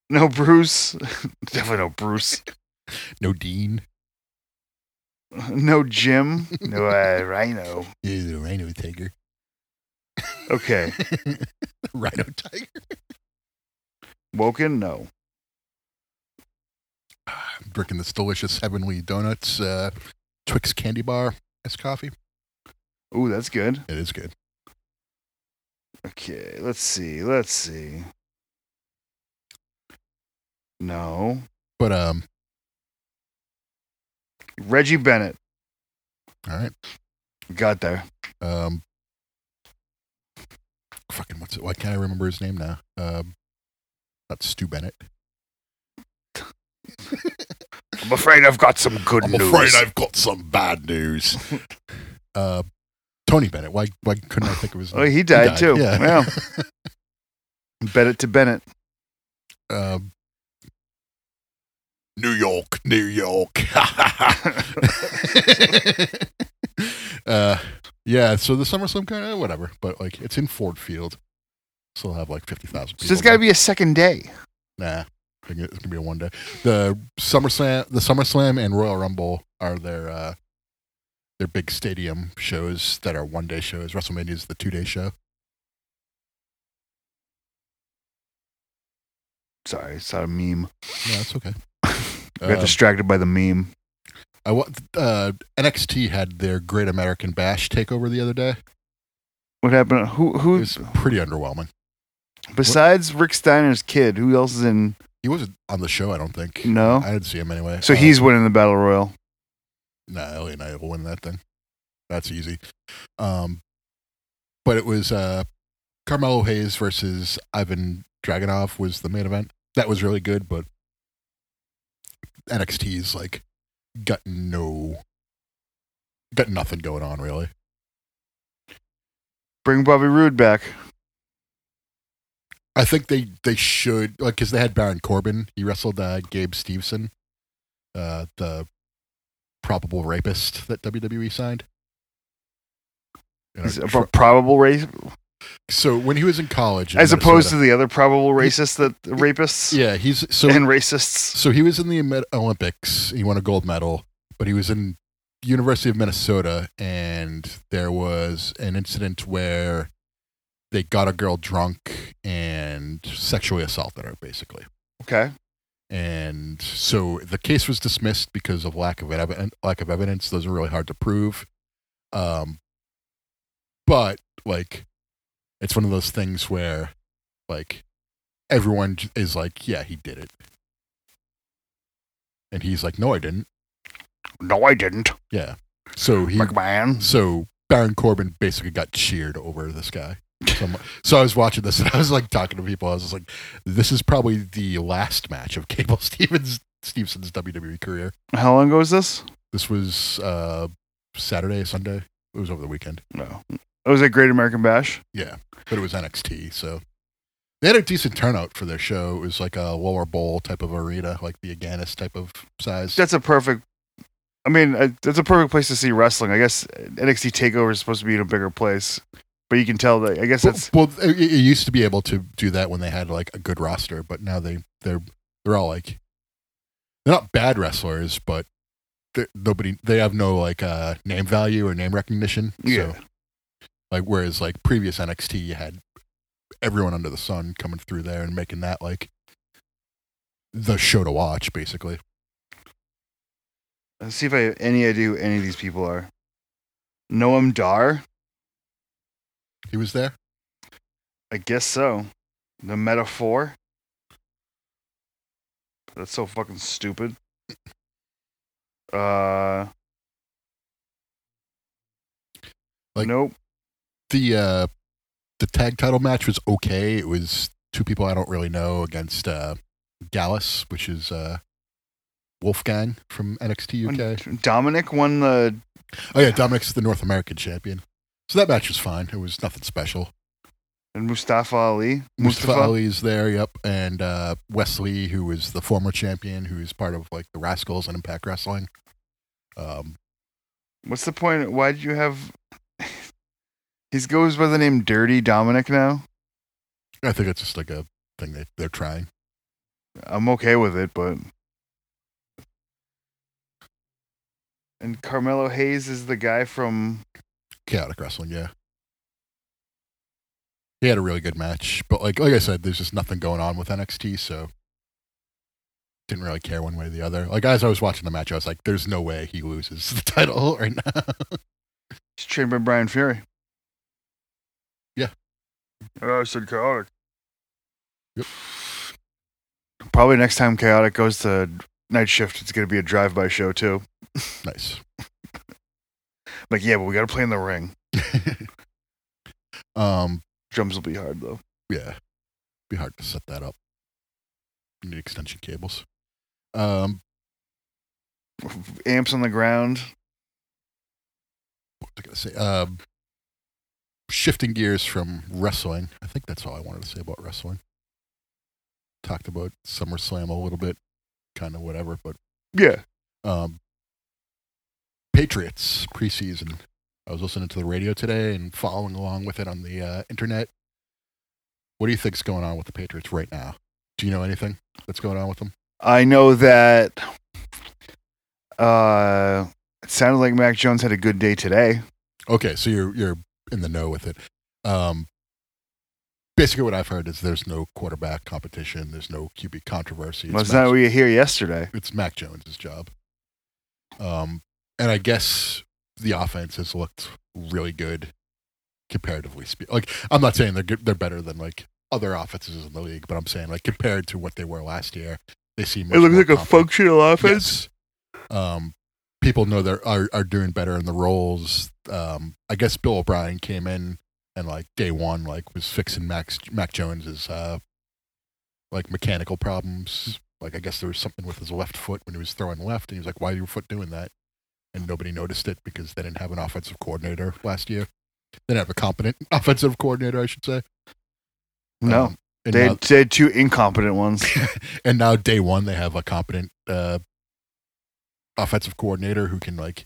B: no Bruce, definitely no Bruce,
C: No Dean.
B: no Jim, no uh, Rhino.
C: Yeah, the rhino tiger.
B: Okay,
C: Rhino tiger.
B: Woken, no.
C: I'm drinking this delicious heavenly donuts, uh, Twix candy bar as coffee.
B: Ooh, that's good.
C: It is good.
B: Okay, let's see, let's see. No,
C: But um,
B: Reggie Bennett
C: all right.
B: got there.
C: um fucking what's it why can't i remember his name now um that's stu bennett
B: I'm afraid I've got some good news.
C: i've got some bad news uh tony bennett why why couldn't i think of his
B: Oh,
C: name
B: he died, too.
C: yeah,
B: Bennett to Bennett.
C: um new york new york uh yeah so the summerslam kind of whatever but like it's in ford field so they'll have like
B: So
C: 50000 people
B: there's got
C: there.
B: to be a second day.
C: Nah, I think it's gonna be a one day. The SummerSlam, the SummerSlam and Royal Rumble are their uh, their big stadium shows that are one day shows. WrestleMania is the two day show.
B: Sorry, it's not a meme.
C: No, that's okay.
B: I got
C: Um,
B: distracted by the meme.
C: I wa- uh, NXT had their Great American Bash takeover the other day.
B: What happened? Who
C: It
B: who
C: was pretty underwhelming.
B: besides Rick Steiner's kid? Who else is in?
C: He wasn't on the show, I don't think.
B: No.
C: I didn't see him anyway.
B: So
C: Uh,
B: he's winning the battle royal.
C: No, Ellie and I will win that thing. That's easy. Um, but it was uh, Carmelo Hayes versus Ivan Dragunov was the main event. That was really good, but NXT's like got no, got nothing going on really.
B: Bring Bobby Roode back.
C: I think they they should like because they had Baron Corbin. He wrestled uh, Gabe Steveson, uh, the probable rapist that WWE signed. You know,
B: He's a
C: tr-
B: pro- probable race,
C: so when he was in college, in
B: as opposed to
C: Minnesota-
B: the other probable racists that rapists
C: yeah, he's so
B: and racists.
C: so he was in the Met- Olympics. He won a gold medal, but he was in University of Minnesota, and there was an incident where they got a girl drunk and sexually assaulted her, basically.
B: Okay.
C: and so the case was dismissed because of lack of evidence. Lack of evidence; those are really hard to prove. Um, but like, it's one of those things where, like, everyone j- is like, "Yeah, he did it," and he's like, "No, I didn't."
B: No, I didn't.
C: Yeah. So he,
B: McMahon.
C: so Baron Corbin basically got cheered over this guy. So, I'm- so I was watching this and I was like talking to people. I was just like, this is probably the last match of Cable Stevens Stevenson's WWE career.
B: How long ago was this?
C: This was uh, Saturday, Sunday. It was over the weekend.
B: No. It was at Great American Bash.
C: Yeah, but it was NXT. So they had a decent turnout for their show. It was like a lower bowl type of arena, like the Aganis type of size.
B: That's a perfect. I mean, uh, that's a perfect place to see wrestling. I guess NXT Takeover is supposed to be in a bigger place, but you can tell that. I guess
C: Well,
B: that's
C: well, it, it used to be able to do that when they had like a good roster, but now they they're they're all like they're not bad wrestlers, but they're- nobody they have no like uh, name value or name recognition.
B: Yeah.
C: So, like whereas like previous NXT, you had everyone under the sun coming through there and making that like the show to watch, basically.
B: Let's see if I have any idea who any of these people are. Noam Dar?
C: He was there.
B: I guess so. The metaphor? That's so fucking stupid. Uh.
C: Like-
B: nope.
C: the uh the tag title match was okay. It was two people I don't really know against uh Gallus, which is uh Wolfgang from NXT UK.
B: Dominic won the.
C: Oh yeah, Dominic's the North American champion. So that match was fine. It was nothing special.
B: And Mustafa Ali?
C: Mustafa, Ali's there, yep, and uh Wesley, who is the former champion, who is part of like the Rascals and Impact Wrestling. Um
B: What's the point? Why did you have. he goes by the name Dirty Dominic now?
C: I think it's just like a thing that they're trying.
B: I'm okay with it, but. And Carmelo Hayes is the guy from.
C: chaotic wrestling yeah he had a really good match but like like i said there's just nothing going on with nxt so didn't really care one way or the other like as i was watching the match i was like there's no way he loses the title right now
B: He's trained by Brian Fury.
C: Yeah.
B: Oh, I said chaotic.
C: Yep.
B: Probably next time chaotic goes to night shift, it's gonna be a drive-by show too.
C: nice
B: Like, yeah, but we gotta play in the ring.
C: um
B: Drums will be hard though.
C: yeah be hard to set that up need extension cables um
B: Amps on the ground.
C: what was I gonna say? Um, shifting gears from wrestling, I think that's all I wanted to say about wrestling. Talked about SummerSlam a little bit, kind of whatever, but
B: Yeah.
C: um, Patriots preseason. I was listening to the radio today and following along with it on the uh, internet. What do you think's going on with the Patriots right now? Do you know anything that's going on with them?
B: I know that uh it sounded like Mac Jones had a good day today.
C: Okay, so you're you're in the know with it. Um, basically what I've heard is there's no quarterback competition, there's no QB controversy. It's
B: Well, that's
C: Mac-
B: not what you hear yesterday.
C: it's Mac Jones's job. Um, and I guess the offense has looked really good, comparatively speaking. Like I'm not saying they're good, they're better than like other offenses in the league, but I'm saying like compared to what they were last year, they seem. much
B: It looks
C: more
B: like a
C: confident.
B: functional offense.
C: Yes. Um, people know they are are doing better in the roles. Um, I guess Bill O'Brien came in and like day one, like was fixing Max Mac Jones's uh, like mechanical problems. Like I guess there was something with his left foot when he was throwing left, and he was like, "Why is your foot doing that?" And nobody noticed it because they didn't have an offensive coordinator last year. They didn't have a competent offensive coordinator, I should say.
B: No,
C: Um, and
B: they
C: now-
B: had, they had two incompetent ones.
C: and now day one they have a competent uh, offensive coordinator who can like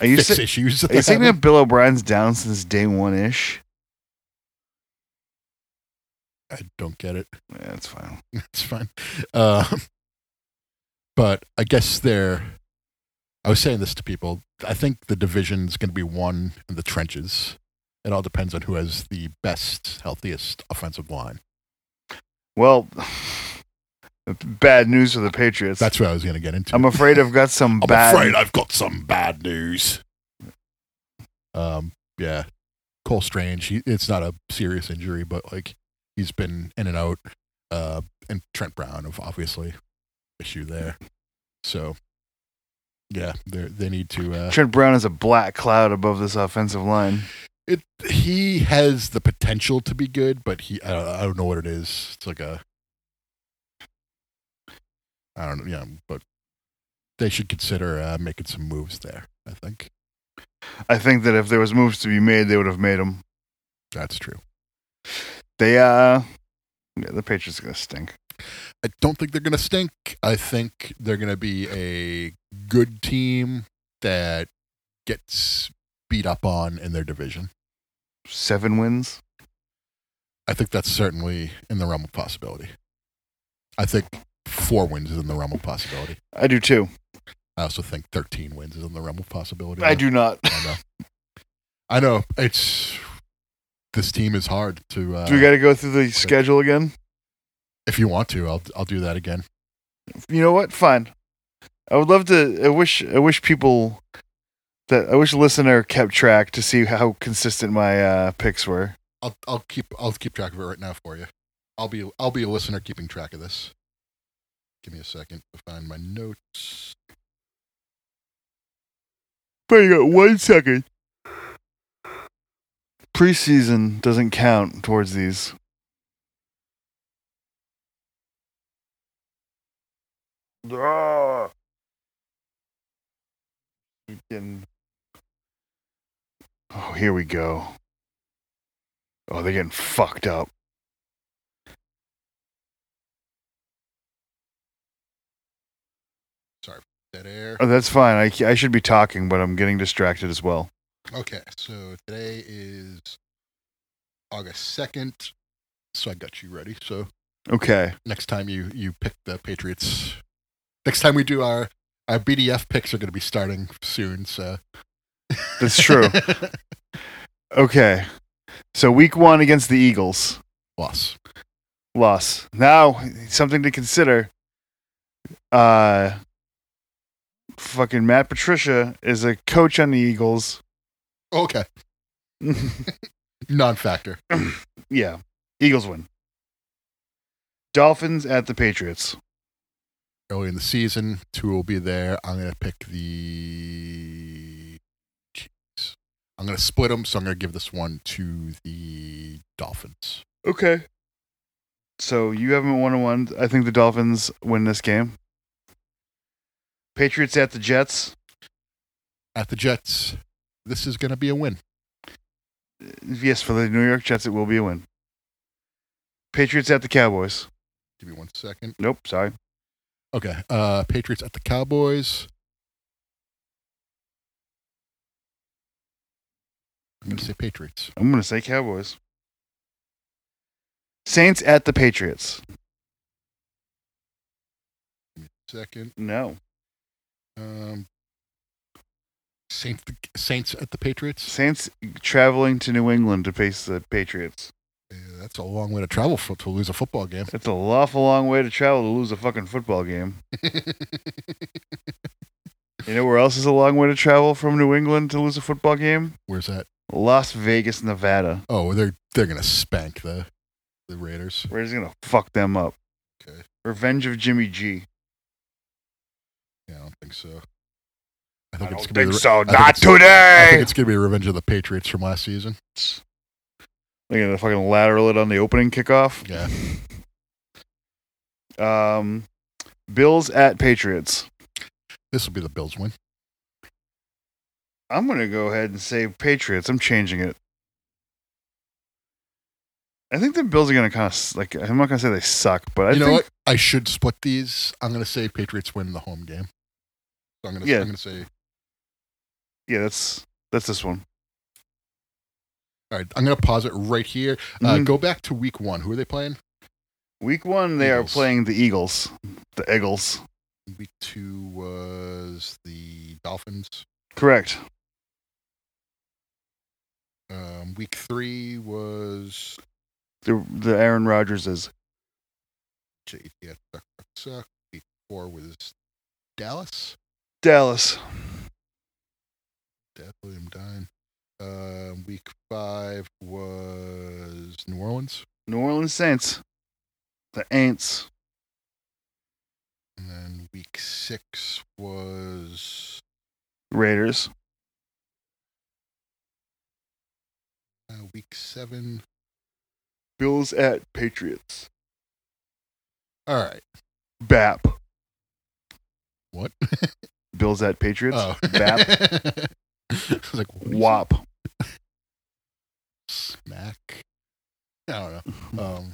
B: Are you
C: fix
B: sa-
C: issues. that
B: Are you
C: they're
B: saying
C: having.
B: that Bill O'Brien's down since day one ish?
C: I don't get it.
B: Yeah, that's fine.
C: It's fine. Um, but I guess they're. I was saying this to people. I think the division's going to be won in the trenches. It all depends on who has the best, healthiest offensive line.
B: Well, bad news for the Patriots.
C: That's what I was going to get into.
B: I'm afraid I've got some
C: I'm
B: bad.
C: afraid I've got some bad news. Um, yeah, Cole Strange. He, it's not a serious injury, but like he's been in and out. Uh, and Trent Brown of obviously issue there. So yeah, they they need to. Uh,
B: Trent Brown is a black cloud above this offensive line.
C: it he has the potential to be good, but he I don't, I don't know what it is. It's like a I don't know, yeah, but they should consider uh, making some moves there. I think.
B: I think that if there was moves to be made, they would have made them.
C: That's true.
B: They uh, yeah, the Patriots are gonna stink.
C: I don't think they're going to stink. I think they're going to be a good team that gets beat up on in their division.
B: Seven wins.
C: I think that's certainly in the realm of possibility. I think four wins is in the realm of possibility.
B: I do too.
C: I also think 13 wins is in the realm of possibility.
B: I do not.
C: I know. I know. It's this team is hard to. Uh,
B: do we got to go through the schedule again?
C: if you want to, I'll I'll do that again.
B: you know what? Fine. I would love to. I wish. I wish people that I wish a listener kept track to see how consistent my uh, picks were.
C: I'll I'll keep I'll keep track of it right now for you. I'll be I'll be a listener keeping track of this. Give me a second to find my notes.
B: But you got one second. Preseason doesn't count towards these. Ah. You can- Oh, here we go. Oh, they're getting fucked up.
C: Dead air.
B: Oh, that's fine. I, ca- I should be talking, but I'm getting distracted as well.
C: Okay, so today is August second. So I got you ready. So
B: Okay.
C: next time you you pick the Patriots. Next time we do our our BDF picks are going to be starting soon. So
B: That's true. okay. So week one against the Eagles.
C: Loss.
B: Loss. Now something to consider. Uh fucking Matt Patricia is a coach on the Eagles.
C: Okay, non-factor.
B: yeah. Eagles win. Dolphins at the Patriots.
C: early in the season. Two will be there. I'm gonna pick the. Jeez. I'm gonna split them, so I'm gonna give this one to the Dolphins.
B: Okay. So you haven't won a one. I think the Dolphins win this game. Patriots at the Jets.
C: At the Jets, this is gonna be a win.
B: Yes, for the New York Jets, it will be a win. Patriots at the Cowboys.
C: Give me one second.
B: Nope, sorry.
C: Okay, uh, Patriots at the Cowboys. I'm gonna say Patriots.
B: I'm going to say Cowboys. Saints at the Patriots.
C: Second,
B: No.
C: um, Saints. Saints at the Patriots.
B: Saints traveling to New England to face the Patriots.
C: Yeah, that's a long way to travel for, to lose a football game.
B: It's a awful long way to travel to lose a fucking football game. You know where else is a long way to travel from New England to lose a football game?
C: Where's that?
B: Las Vegas, Nevada.
C: Oh, they're they're gonna spank the the Raiders.
B: We're just gonna fuck them up.
C: Okay.
B: Revenge of Jimmy G.
C: Yeah, I don't think so.
B: I don't
C: it's
B: think,
C: gonna be the-
B: so.
C: think
B: Not
C: it's- I think
B: today.
C: it's gonna be Revenge of the Patriots from last season.
B: They're gonna fucking lateral it on the opening kickoff.
C: Yeah.
B: Um, Bills at Patriots.
C: This will be the Bills win.
B: I'm gonna go ahead and say Patriots. I'm changing it. I think the Bills are gonna kind of like. I'm not gonna say they suck, but I
C: you know
B: think
C: what? I should split these. I'm gonna say Patriots win the home game. So I'm gonna
B: Yeah.
C: I'm gonna say
B: yeah, that's that's this one.
C: all right. I'm gonna pause it right here. Uh,
B: Mhm.
C: Go back to week one. Who are they playing?
B: Week one, they are
C: Eagles.
B: playing the Eagles, the Eagles.
C: Week two was the Dolphins.
B: Correct.
C: Um, week three was
B: The the Aaron Rodgers is
C: J- yeah, suck, suck, suck. Week four was Dallas.
B: Dallas.
C: Death William Dine. Um, week five was New Orleans,
B: New Orleans Saints. The Ants.
C: and then week six was
B: Raiders.
C: uh, week seven.
B: Bills at Patriots.
C: All right,
B: BAP.
C: what?
B: Bills at Patriots.
C: Oh,
B: BAP.
C: I was like, what is
B: WAP.
C: it? Smack. I don't know. Um,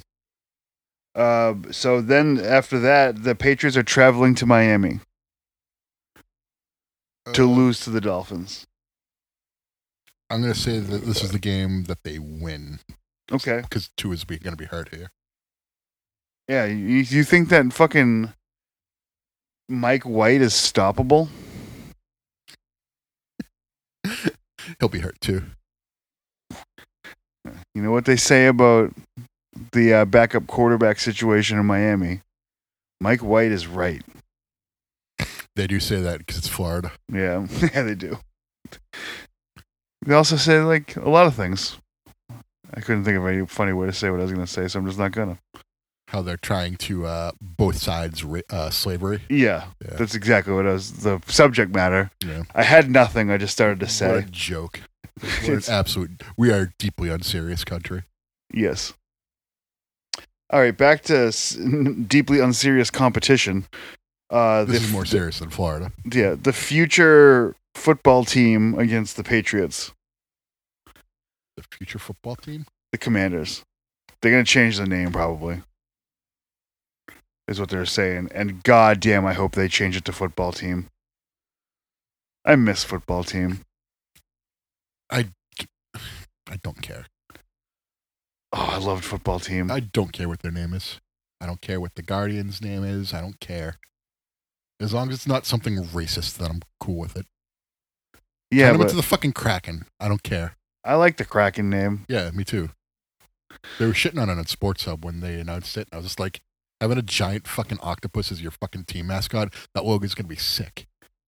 B: Uh, so then after that, the Patriots are traveling to Miami to
C: uh,
B: lose to the Dolphins.
C: I'm gonna say that this is the game that they win
B: Okay.
C: because two is be, gonna be hurt here.
B: Yeah, you, you think that fucking Mike White is stoppable?
C: He'll be hurt too.
B: You know what they say about the uh, backup quarterback situation in Miami? Mike White is right.
C: They do say that because it's Florida.
B: Yeah, yeah, they do. They also say like a lot of things. I couldn't think of any funny way to say what I was gonna say, so I'm just not gonna.
C: How they're trying to uh, both sides ra- uh, slavery.
B: Yeah,
C: Yeah.
B: that's exactly what I was. The subject matter.
C: Yeah.
B: I had nothing. I just started to
C: What
B: say
C: a joke! What an
B: It's-
C: absolute. We are a deeply unserious country.
B: yes. All right, back to s- deeply unserious competition. Uh,
C: This
B: the
C: is more
B: f-
C: serious than Florida.
B: yeah, the future football team against the Patriots,
C: The future football team.
B: the Commanders. They're gonna change the name probably. Is what they're saying. And goddamn, I hope they change it to football team. I miss football team.
C: I don't care.
B: Oh, I loved football team.
C: I don't care what their name is. I don't care what the Guardian's name is. I don't care. As long as it's not something racist, then I'm cool with it.
B: yeah,
C: Turn them
B: but
C: into the fucking Kraken. I don't care.
B: I like the Kraken name.
C: Yeah, me too. They were shitting on it on Sports Hub when they announced it. And I was just like, having a giant fucking octopus as your fucking team mascot, that logo's going to be sick.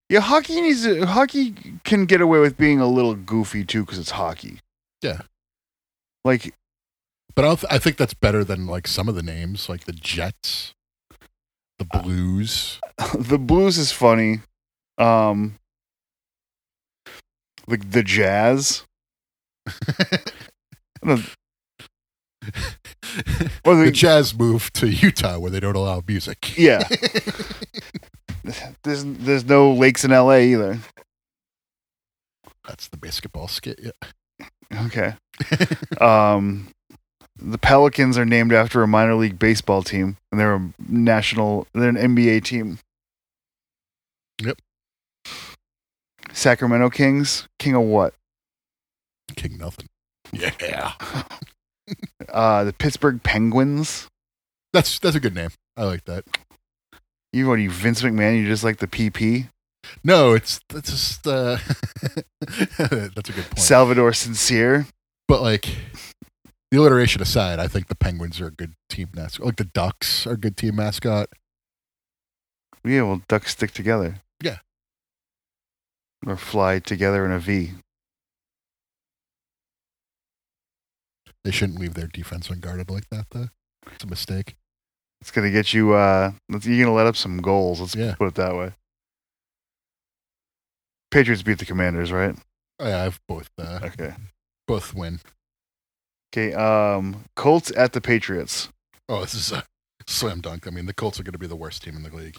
B: Yeah, hockey needs to, hockey can get away with being a little goofy too because it's hockey.
C: Yeah.
B: Like
C: But I, don't th- I think that's better than like some of the names, like the Jets, the Blues.
B: the blues is funny. Um like the jazz or
C: the
B: the,
C: Jazz moved to Utah where they don't allow music.
B: yeah. There's there's no lakes in LA either.
C: That's the basketball skit. Yeah.
B: Okay. Um the Pelicans are named after a minor league baseball team and they're a national they're an NBA team.
C: Yep.
B: Sacramento Kings, king of what?
C: King nothing. Yeah.
B: Uh the Pittsburgh Penguins.
C: That's that's a good name. I like that.
B: You what are you Vince McMahon, you just like the PP?
C: No, it's that's just uh that's a good point.
B: Salvador Sincere.
C: but like the alliteration aside, I think the Penguins are a good team mascot. Like the Ducks are a good team mascot.
B: Yeah, well, ducks stick together.
C: Yeah.
B: Or fly together in a V.
C: They shouldn't leave their defense unguarded like that, though. It's a mistake.
B: It's gonna get you. Uh, let's- you're gonna let up some goals. Let's
C: Yeah.
B: put it that way. Patriots beat the Commanders, right?
C: Oh, I have both. Uh,
B: Okay.
C: both win.
B: Okay. Um, Colts at the Patriots.
C: Oh, this is a slam dunk. I mean, the Colts are going to be the worst team in the league.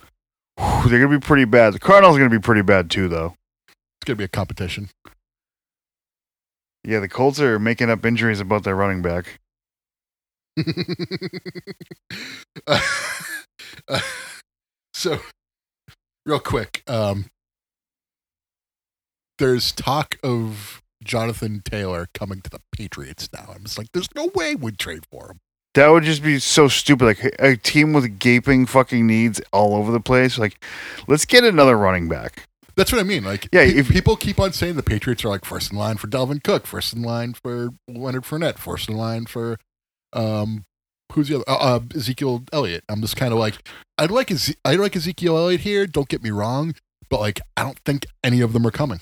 B: Whew, they're gonna be pretty bad. The Cardinals are gonna be pretty bad too, though.
C: It's going to be a competition.
B: Yeah, the Colts are making up injuries about their running back.
C: Uh, uh, so, real quick, um, there's talk of Jonathan Taylor coming to the Patriots now. I'm just like, there's no way we'd trade for him.
B: That would just be so stupid. Like a team with gaping fucking needs all over the place. Like, let's get another running back.
C: That's what I mean. Like,
B: Yeah,
C: pe-
B: if-
C: people keep on saying the Patriots are like first in line for Dalvin Cook, first in line for Leonard Fournette, first in line for um, who's the other uh, uh, Ezekiel Elliott. I'm just kind of like, I like Eze- I like Ezekiel Elliott here. Don't get me wrong, but like, I don't think any of them are coming.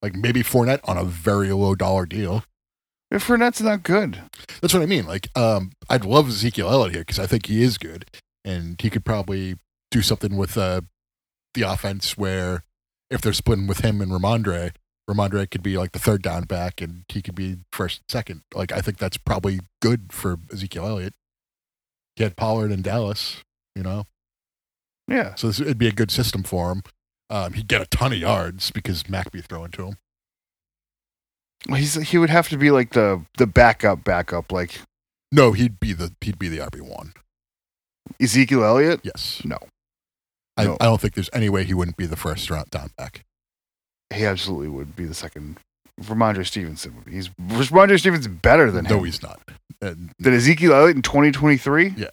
C: Like maybe Fournette on a very low dollar deal.
B: If Fournette's not good,
C: That's what I mean. Like, um, I'd love Ezekiel Elliott here because I think he is good, and he could probably do something with uh, the offense where if they're splitting with him and Ramondre, Ramondre could be like the third down back, and he could be first, second. Like, I think that's probably good for Ezekiel Elliott. He had Pollard in Dallas, you know,
B: yeah,
C: so this, it'd be a good system for him. Um, he'd get a ton of yards because Mac be throwing to him.
B: he's he would have to be like the the backup backup, like
C: No, he'd be the he'd be the RB one.
B: Ezekiel Elliott.
C: Yes.
B: No.
C: I,
B: No.
C: I don't think there's any way he wouldn't be the first round down back.
B: He absolutely would be the second. Ramondre Stevenson would be. He's Ramondre Stevenson's better than
C: no,
B: him.
C: he's not. And
B: Than Ezekiel Elliott in 2023.
C: Yeah.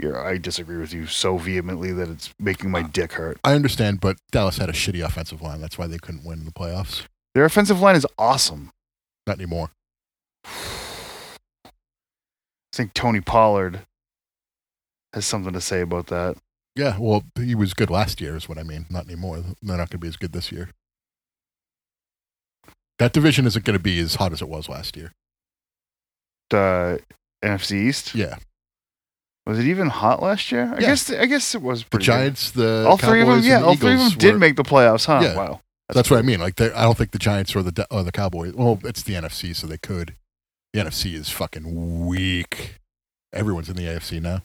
B: You're, I disagree with you so vehemently that it's making my dick hurt.
C: I understand, but Dallas had a shitty offensive line. That's why they couldn't win in the playoffs.
B: Their offensive line is awesome.
C: Not anymore.
B: I think Tony Pollard has something to say about that.
C: Yeah, well, he was good last year, is what I mean. Not anymore. They're not going to be as good this year. That division isn't going to be as hot as it was last year.
B: The NFC East
C: Yeah,
B: was it even hot last year? I
C: Yeah.
B: guess I guess it was.
C: the
B: pretty good.
C: Giants, the
B: all three of them,
C: Cowboys,
B: yeah,
C: and the
B: all three of them
C: Eagles
B: did
C: were-
B: make the playoffs, huh?
C: Yeah.
B: Wow,
C: That's what I mean. Like, they- I don't think the Giants or the Da- or the Cowboys. Well, it's the NFC, so they could. The NFC is fucking weak. Everyone's in the AFC now.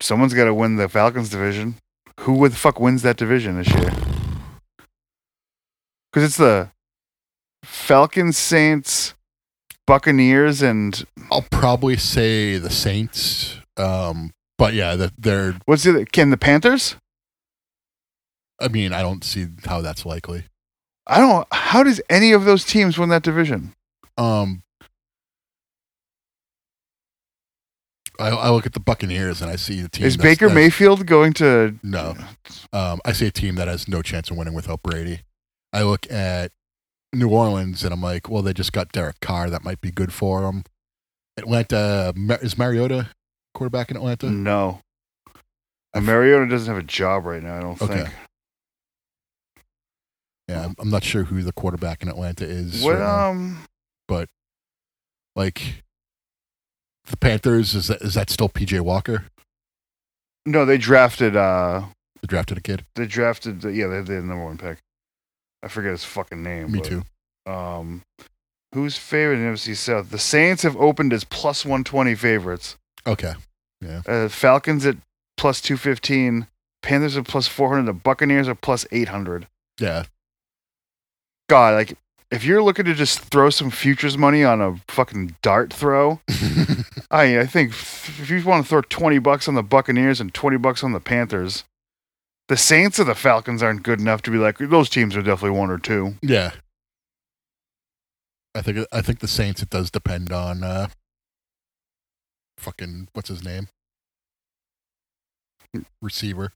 B: Someone's got to win the Falcons division. Who would the fuck wins that division this year? Because it's the Falcons, Saints, Buccaneers, and
C: I'll probably say the Saints. Um, but yeah, that they're.
B: what's the other? Can the Panthers?
C: I mean, I don't see how that's likely.
B: I don't. How does any of those teams win that division?
C: Um, I, I look at the Buccaneers and I see the team.
B: Is
C: that's-
B: Baker
C: that's-
B: Mayfield going to?
C: No. Um, I see a team that has no chance of winning without Brady. I look at New Orleans and I'm like, well, they just got Derek Carr. That might be good for them. Atlanta Ma- is Mariota quarterback in Atlanta.
B: No. Mariota doesn't have a job right now. I don't
C: Okay.
B: think.
C: Yeah, I'm, I'm not sure who the quarterback in Atlanta is.
B: What
C: right now.
B: um?
C: like the Panthers is that is that still PJ Walker?
B: No, they drafted uh
C: They drafted a kid.
B: They drafted, the, yeah, they had the number one pick. I forget his fucking name.
C: Me
B: but,
C: too.
B: Um, who's favored in NFC South? The Saints have opened as plus one twenty favorites.
C: Okay.
B: Uh, Falcons at plus two fifteen. Panthers are plus four hundred. The Buccaneers are plus eight hundred.
C: Yeah.
B: God, like if you're looking to just throw some futures money on a fucking dart throw, I I think f- if you want to throw twenty bucks on the Buccaneers and twenty bucks on the Panthers. The Saints or the Falcons aren't good enough to be like those teams are definitely one or two.
C: yeah. I think I think the Saints it does depend on uh fucking what's his name? Receiver.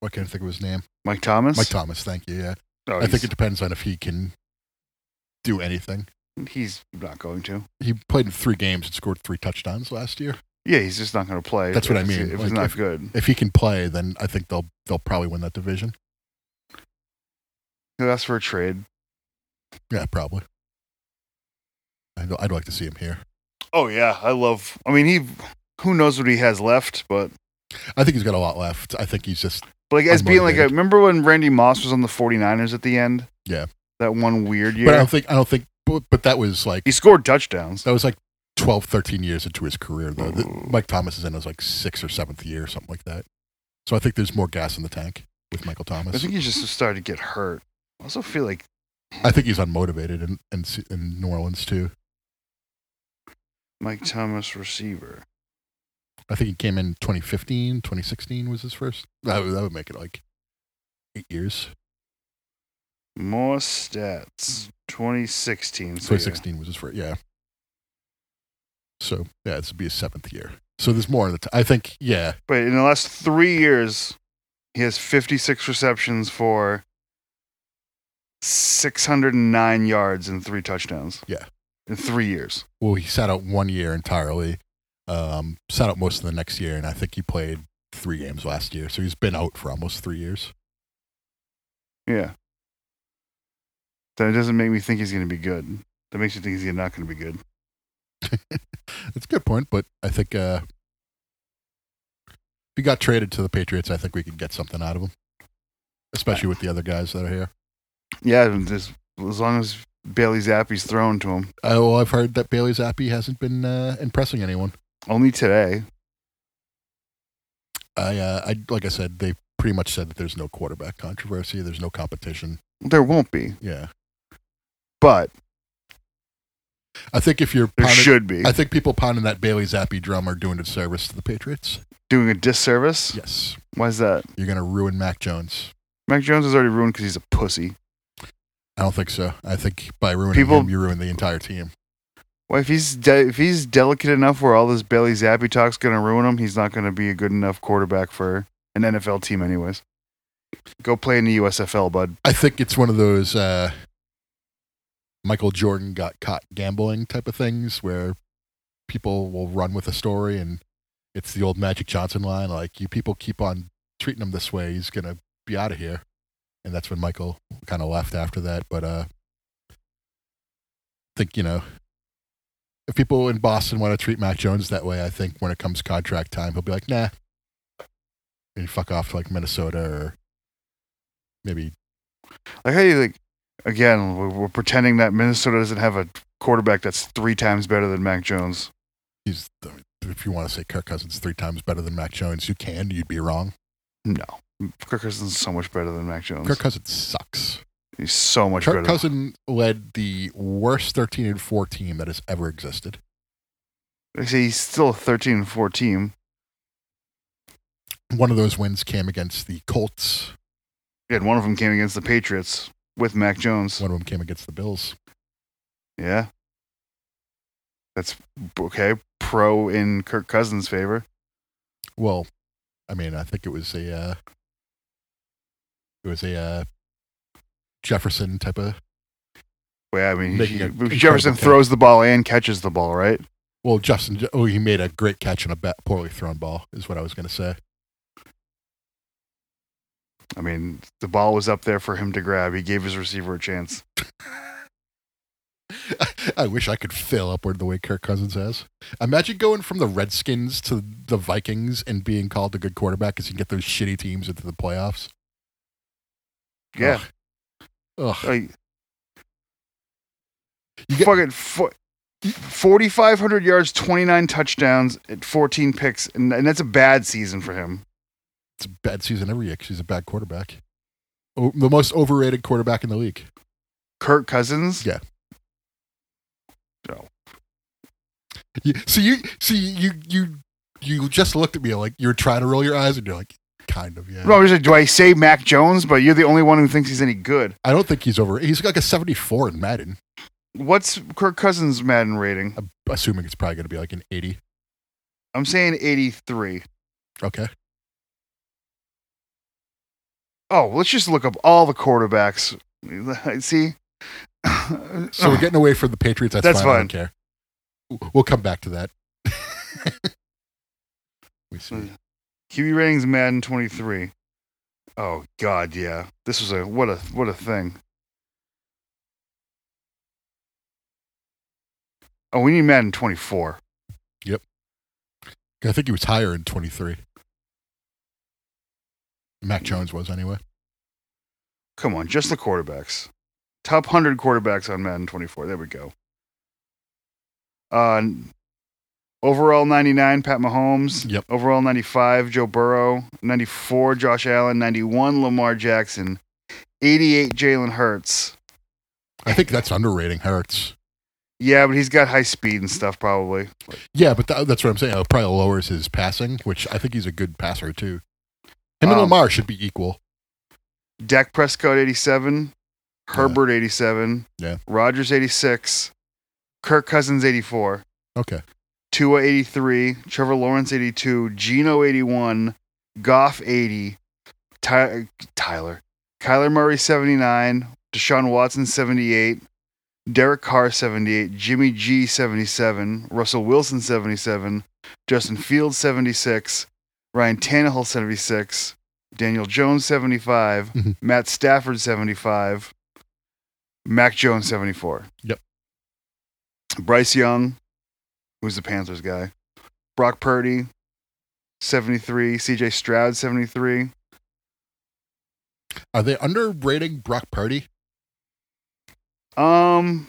C: What can't I think of his name?
B: Mike Thomas?
C: Mike Thomas, thank you. Yeah.
B: Oh,
C: I think
B: he's-
C: it depends on if he can do anything.
B: He's not going to.
C: He played in three games and scored three touchdowns last year.
B: Yeah, he's just not going to play.
C: That's what I
B: if it's-
C: mean.
B: If
C: Like,
B: it's not
C: if-
B: good,
C: If he can play, then I think they'll they'll probably win that division.
B: he'll ask for a trade.
C: Yeah, probably. I'd, I'd like to see him here.
B: Oh yeah, I love. I mean, he. Who knows what he has left? But
C: I think he's got a lot left. I think he's just
B: but, like as being like, a,
C: Unmotivated.
B: remember when Randy Moss was on the 49ers at the end?
C: Yeah.
B: that one weird
C: but I
B: year.
C: don't think I don't think but, but that was like
B: He scored touchdowns.
C: that was like 12 13 years into his career though. The-
B: Mm.
C: Mike Thomas is in his like 6th or 7th year or something like that. So I think there's more gas in the tank with Michael Thomas.
B: I think he just started to get hurt. I also feel like
C: he's unmotivated in, in Se- in New Orleans too.
B: Mike Thomas receiver.
C: I think he came in 2015, 2016 was his first. That would, that would make it like 8 years.
B: More stats. 2016. So yeah.
C: 2016 was his first. Yeah. So yeah, this would be his seventh year. So there's more. in the t- I think yeah,
B: But in the last three years, he has 56 receptions for 609 yards and three touchdowns.
C: Yeah.
B: In three years.
C: well he sat out one year entirely, um, sat out most of the next year, and I think he played three games last year. So he's been out for almost three years.
B: Yeah. Then it doesn't make me think he's going to be good. That makes you think he's not going to be good.
C: That's a good point, but I think uh, if he got traded to the Patriots, I think we could get something out of him, especially with the other guys that are here.
B: Yeah, and this, as long as Bailey Zappi's thrown to him.
C: Uh, well, I've heard that Bailey Zappi hasn't been uh, impressing anyone.
B: Only today.
C: I, uh, I like I said, they pretty much said that there's no quarterback controversy. There's no competition.
B: There won't be,
C: Yeah,
B: but
C: I think if you're
B: there
C: pounding,
B: should be.
C: I think people pounding that Bailey Zappi drum are doing a service to the Patriots.
B: Doing a disservice?
C: Yes,
B: Why is that?
C: you're gonna ruin Mac Jones.
B: Mac Jones is already ruined because he's a pussy.
C: I don't think so. I think by ruining
B: People-
C: him, you ruin the entire team.
B: Well, if he's de- if he's delicate enough where all this Bailey Zappi talk's gonna ruin him, he's not gonna be a good enough quarterback for an NFL team, anyways. Go play in the USFL, bud.
C: I think it's one of those uh, Michael Jordan got caught gambling type of things where people will run with a story, and it's the old Magic Johnson line, like you people keep on treating him this way, he's gonna be out of here. And that's when Michael kind of left after that. But uh, I think you know, if people in Boston want to treat Mac Jones that way, I think when it comes contract time, he'll be like, nah, and fuck off to like Minnesota or maybe
B: Like how you like again, we're, we're pretending that Minnesota doesn't have a quarterback that's three times better than Mac Jones.
C: he's if you want to say Kirk Cousins three times better than Mac Jones, you can. You'd be wrong.
B: No, Kirk Cousins is so much better than Mac Jones.
C: Kirk Cousins sucks.
B: he's so much
C: Kirk
B: better.
C: Cousins led the worst thirteen and four team that has ever existed.
B: They say he's still a thirteen and four team.
C: One of those wins came against the Colts.
B: And one of them came against the Patriots with Mac Jones.
C: One of them came against the Bills.
B: Yeah. That's okay. Pro in Kirk Cousins' favor.
C: Well, I mean, I think it was a uh, it was a uh, Jefferson type of.
B: Well, yeah, I mean,
C: Making
B: he-
C: a- incredible
B: Jefferson
C: catch.
B: throws the ball and catches the ball, right?
C: Well, Justin. Oh, he made a great catch on a ba- poorly thrown ball. Is what I was going to say.
B: I mean, the ball was up there for him to grab. He gave his receiver a chance.
C: I wish I could fill upward the way Kirk Cousins has. Imagine going from the Redskins to the Vikings and being called a good quarterback because you can get those shitty teams into the playoffs.
B: Yeah.
C: Ugh. Ugh.
B: Like,
C: You get-
B: fucking fo- 4,500 yards, 29 touchdowns, and 14 picks. And, and that's a bad season for him.
C: It's a bad season every year 'cause he's a bad quarterback. O the most overrated quarterback in the league.
B: Kirk Cousins?
C: Yeah. You, so you, see you, you, you just looked at me like you were trying to roll your eyes and you're like, kind of, yeah.
B: No, I'm just like, do I say Mac Jones? But you're the only one who thinks he's any good.
C: I don't think he's over. He's like a 74 in Madden.
B: What's Kirk Cousins' Madden rating?
C: I'm assuming it's probably going to be like an 80.
B: I'm saying 83.
C: Okay.
B: Oh, let's just look up all the quarterbacks. See,
C: So we're getting away from the Patriots. That's,
B: That's
C: fine. I don't
B: fine.
C: care. W- We'll come back to that. we see.
B: QB ratings Madden 23. Oh god, yeah. This was a what a what a thing. Oh, we need Madden 24.
C: I think he was higher in 23. Mac Jones was anyway.
B: Come on, just the quarterbacks. Top 100 quarterbacks on Madden 24. There we go. Uh, n- overall 99, Pat Mahomes.
C: Yep.
B: Overall 95, Joe Burrow. 94, Josh Allen. 91, Lamar Jackson. 88, Jalen Hurts.
C: I think that's underrating Hurts.
B: Yeah, but he's got high speed and stuff probably.
C: Yeah, but tha- that's what I'm saying. It probably lowers his passing, which I think he's a good passer too. Him and
B: Um,
C: Lamar should be equal.
B: Dak Prescott 87,
C: Yeah.
B: Herbert 87,
C: Yeah.
B: Rogers 86, Kirk Cousins 84,
C: Okay.
B: Tua 83, Trevor Lawrence 82, Gino 81, Goff 80, Ty- Tyler, Kyler Murray 79, Deshaun Watson 78, Derek Carr 78, Jimmy G 77, Russell Wilson 77, Justin Fields 76, Ryan Tannehill 76, Daniel Jones 75,
C: Mhm.
B: Matt Stafford 75, Mac Jones 74.
C: Yep.
B: Bryce Young, who's the Panthers guy, Brock Purdy 73, CJ Stroud 73.
C: Are they underrating Brock Purdy?
B: Um,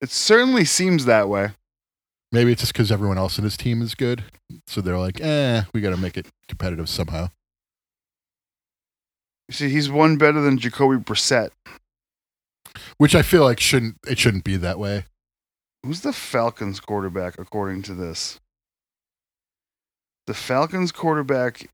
B: it certainly seems that way.
C: Maybe it's just because everyone else in his team is good. So they're like, eh, we got to make it competitive somehow.
B: You see, he's one better than Jacoby Brissett.
C: Which I feel like shouldn't it shouldn't be that way.
B: Who's the Falcons quarterback according to this? The Falcons quarterback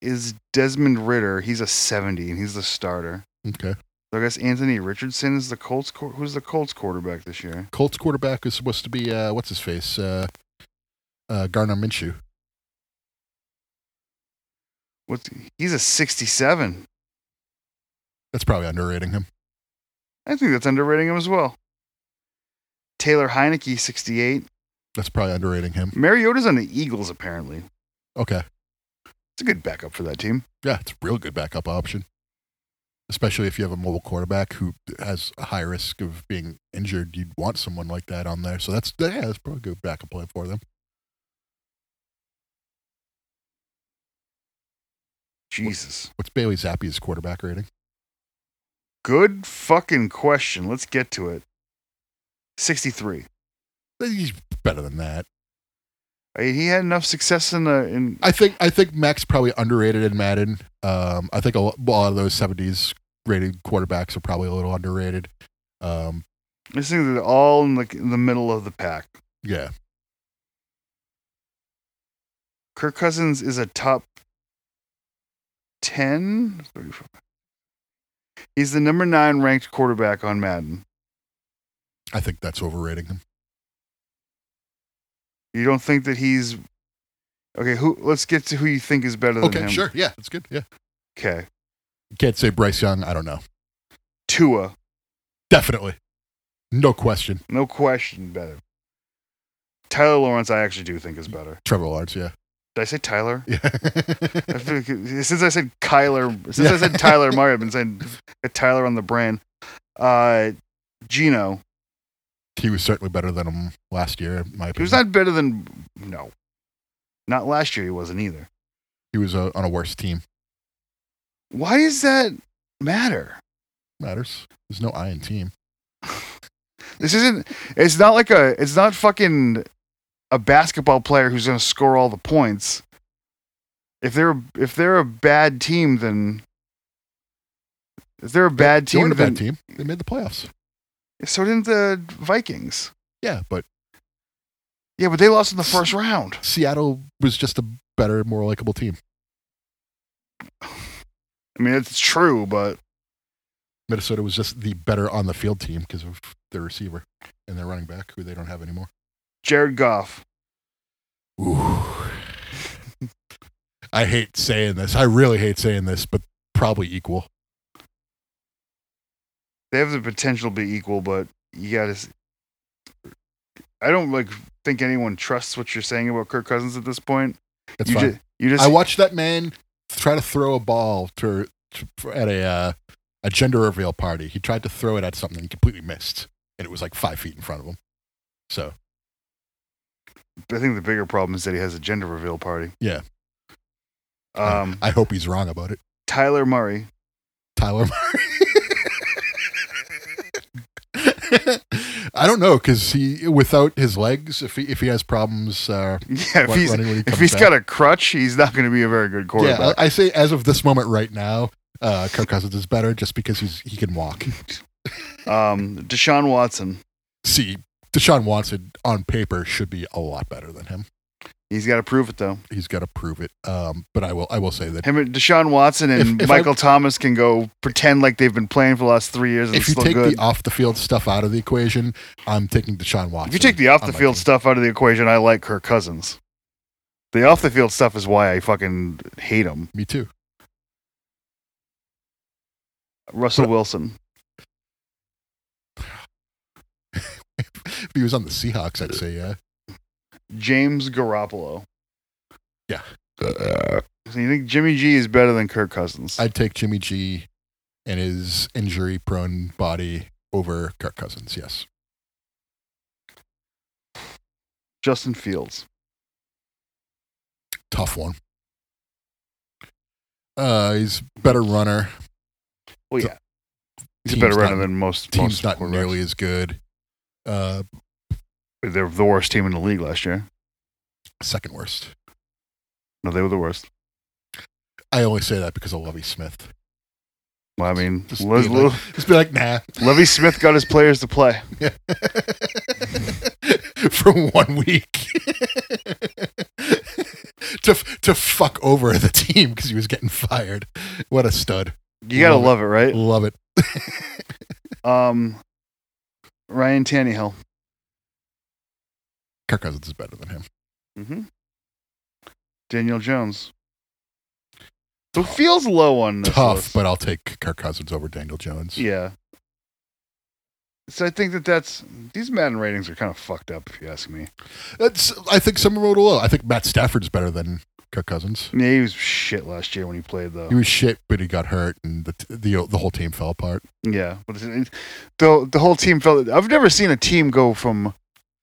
B: is Desmond Ritter. He's a 70 and he's the starter.
C: Okay.
B: So I guess Anthony Richardson is the Colts. quar- Who's the Colts quarterback this year?
C: Colts quarterback is supposed to be uh, what's his face? Uh, uh, Garner Minshew.
B: What's he's a 67.
C: That's probably underrating him.
B: I think that's underrating him as well. Taylor Heineke, 68.
C: That's probably underrating him.
B: Mariota's on the Eagles, apparently.
C: Okay.
B: It's a good backup for that team.
C: Yeah, it's a real good backup option. Especially if you have a mobile quarterback who has a high risk of being injured, you'd want someone like that on there. So that's yeah, that's probably a good backup play for them.
B: Jesus.
C: What's Bailey Zappi's quarterback rating?
B: Good fucking question. Let's get to it. 63.
C: He's better than that.
B: I mean, he had enough success in the in
C: I think I think Mac's probably underrated in Madden. Um, I think a lo- a lot of those '70s rated quarterbacks are probably a little underrated. Um,
B: this thing that all in the in the middle of the pack.
C: yeah,
B: Kirk Cousins is a top 10. He's the number 9 ranked quarterback on Madden.
C: I think that's overrating him.
B: You don't think that he's Okay, who let's get to who you think is better than
C: Okay,
B: him.
C: sure, yeah, that's good. Yeah,
B: Okay.
C: can't say Bryce Young. I don't know.
B: Tua,
C: Definitely, no question.
B: no question better. Tyler Lawrence I actually do think is better.
C: Trevor Lawrence. Yeah,
B: Did I say Tyler?
C: yeah.
B: I feel like, uh, since I said Kyler, since I
C: Yeah.
B: said Tyler Murray, I've been saying Tyler on the brand. Uh, Gino,
C: he was certainly better than him last year. In my opinion,
B: he was not better than no, not last year. He wasn't either.
C: He was uh, on a worse team.
B: Why does that matter?
C: Matters. There's no I in team.
B: This isn't. It's not like a. It's not fucking a basketball player who's going to score all the points. If they're if they're a bad team, then if they're a bad
C: They
B: team,
C: weren't a
B: then
C: bad team. They made the playoffs.
B: so didn't the Vikings.
C: Yeah, but
B: Yeah, but they lost in the first round.
C: Seattle was just a better, more likable team.
B: I mean, it's true, but
C: Minnesota was just the better on the field team because of their receiver and their running back, who they don't have anymore.
B: Jared Goff.
C: Ooh. I hate saying this. I really hate saying this, but probably equal.
B: they have the potential to be equal, but you gotta. s- I don't like think anyone trusts what you're saying about Kirk Cousins at this point.
C: That's
B: you
C: fine.
B: just you just
C: I watched that man try to throw a ball to, to at a uh, a gender reveal party. He tried to throw it at something and completely missed, and it was like five feet in front of him. So
B: I think the bigger problem is that he has a gender reveal party.
C: Yeah.
B: Um,
C: I hope he's wrong about it,
B: Tyler Murray.
C: Tyler. I don't know because he without his legs, if he if he has problems uh,
B: Yeah, if
C: run-
B: he's
C: running when he
B: if
C: comes
B: he's
C: back.
B: got a crutch, he's not going to be a very good quarterback.
C: Yeah, I, I say as of this moment right now, uh, Kirk Cousins is better just because he's he can walk.
B: Um, Deshaun Watson.
C: See, Deshaun Watson on paper should be a lot better than him.
B: He's got to prove it though.
C: He's got to prove it. Um, but I will I will say that
B: Him, and Deshaun Watson, and
C: If- if I-
B: Michael Thomas can go pretend like they've been playing for the last three years and
C: if
B: it's
C: you
B: still
C: take
B: good.
C: the off the field stuff out of the equation, I'm taking Deshaun Watson.
B: if you take the off
C: on
B: the
C: my
B: field
C: team.
B: stuff out of the equation, I like Kirk Cousins. The off the field stuff is why I fucking hate him.
C: me too.
B: Russell
C: But-
B: Wilson.
C: If he was on the Seahawks, I'd say uh, yeah.
B: James Garoppolo.
C: Yeah. Uh,
B: So you think Jimmy G is better than Kirk Cousins?
C: I'd take Jimmy G and his injury prone body over Kirk Cousins. Yes.
B: Justin Fields.
C: tough one. Uh, he's better runner.
B: Well,
C: So-
B: yeah, he's a better
C: Team's
B: runner
C: not-
B: than most.
C: Team's
B: most
C: not
B: quarterbacks.
C: nearly as good. Uh,
B: They're the worst team in the league last year.
C: second worst.
B: No, they were the worst.
C: I only say that because of Lovey Smith.
B: Well, I mean,
C: Just
B: Le-
C: being
B: Le-
C: like- Just be like, nah.
B: Levy Smith got his players to play.
C: For one week. to f- to fuck over the team because he was getting fired. What a stud.
B: You gotta love
C: Love
B: it, right?
C: Love it.
B: Um, Ryan Tannehill.
C: Kirk Cousins is better than him.
B: Mm-hmm. Daniel Jones. So it feels low on this
C: Tough,
B: list.
C: but I'll take Kirk Cousins over Daniel Jones.
B: Yeah. So I think that that's these Madden ratings are kind of fucked up if you ask me.
C: That's I think some wrote a low. I think Matt Stafford's better than Kirk Cousins.
B: Yeah, he was shit last year when he played though.
C: He was shit, but he got hurt, and the the the whole team fell apart.
B: yeah, but it's- the the whole team felt. I've never seen a team go from.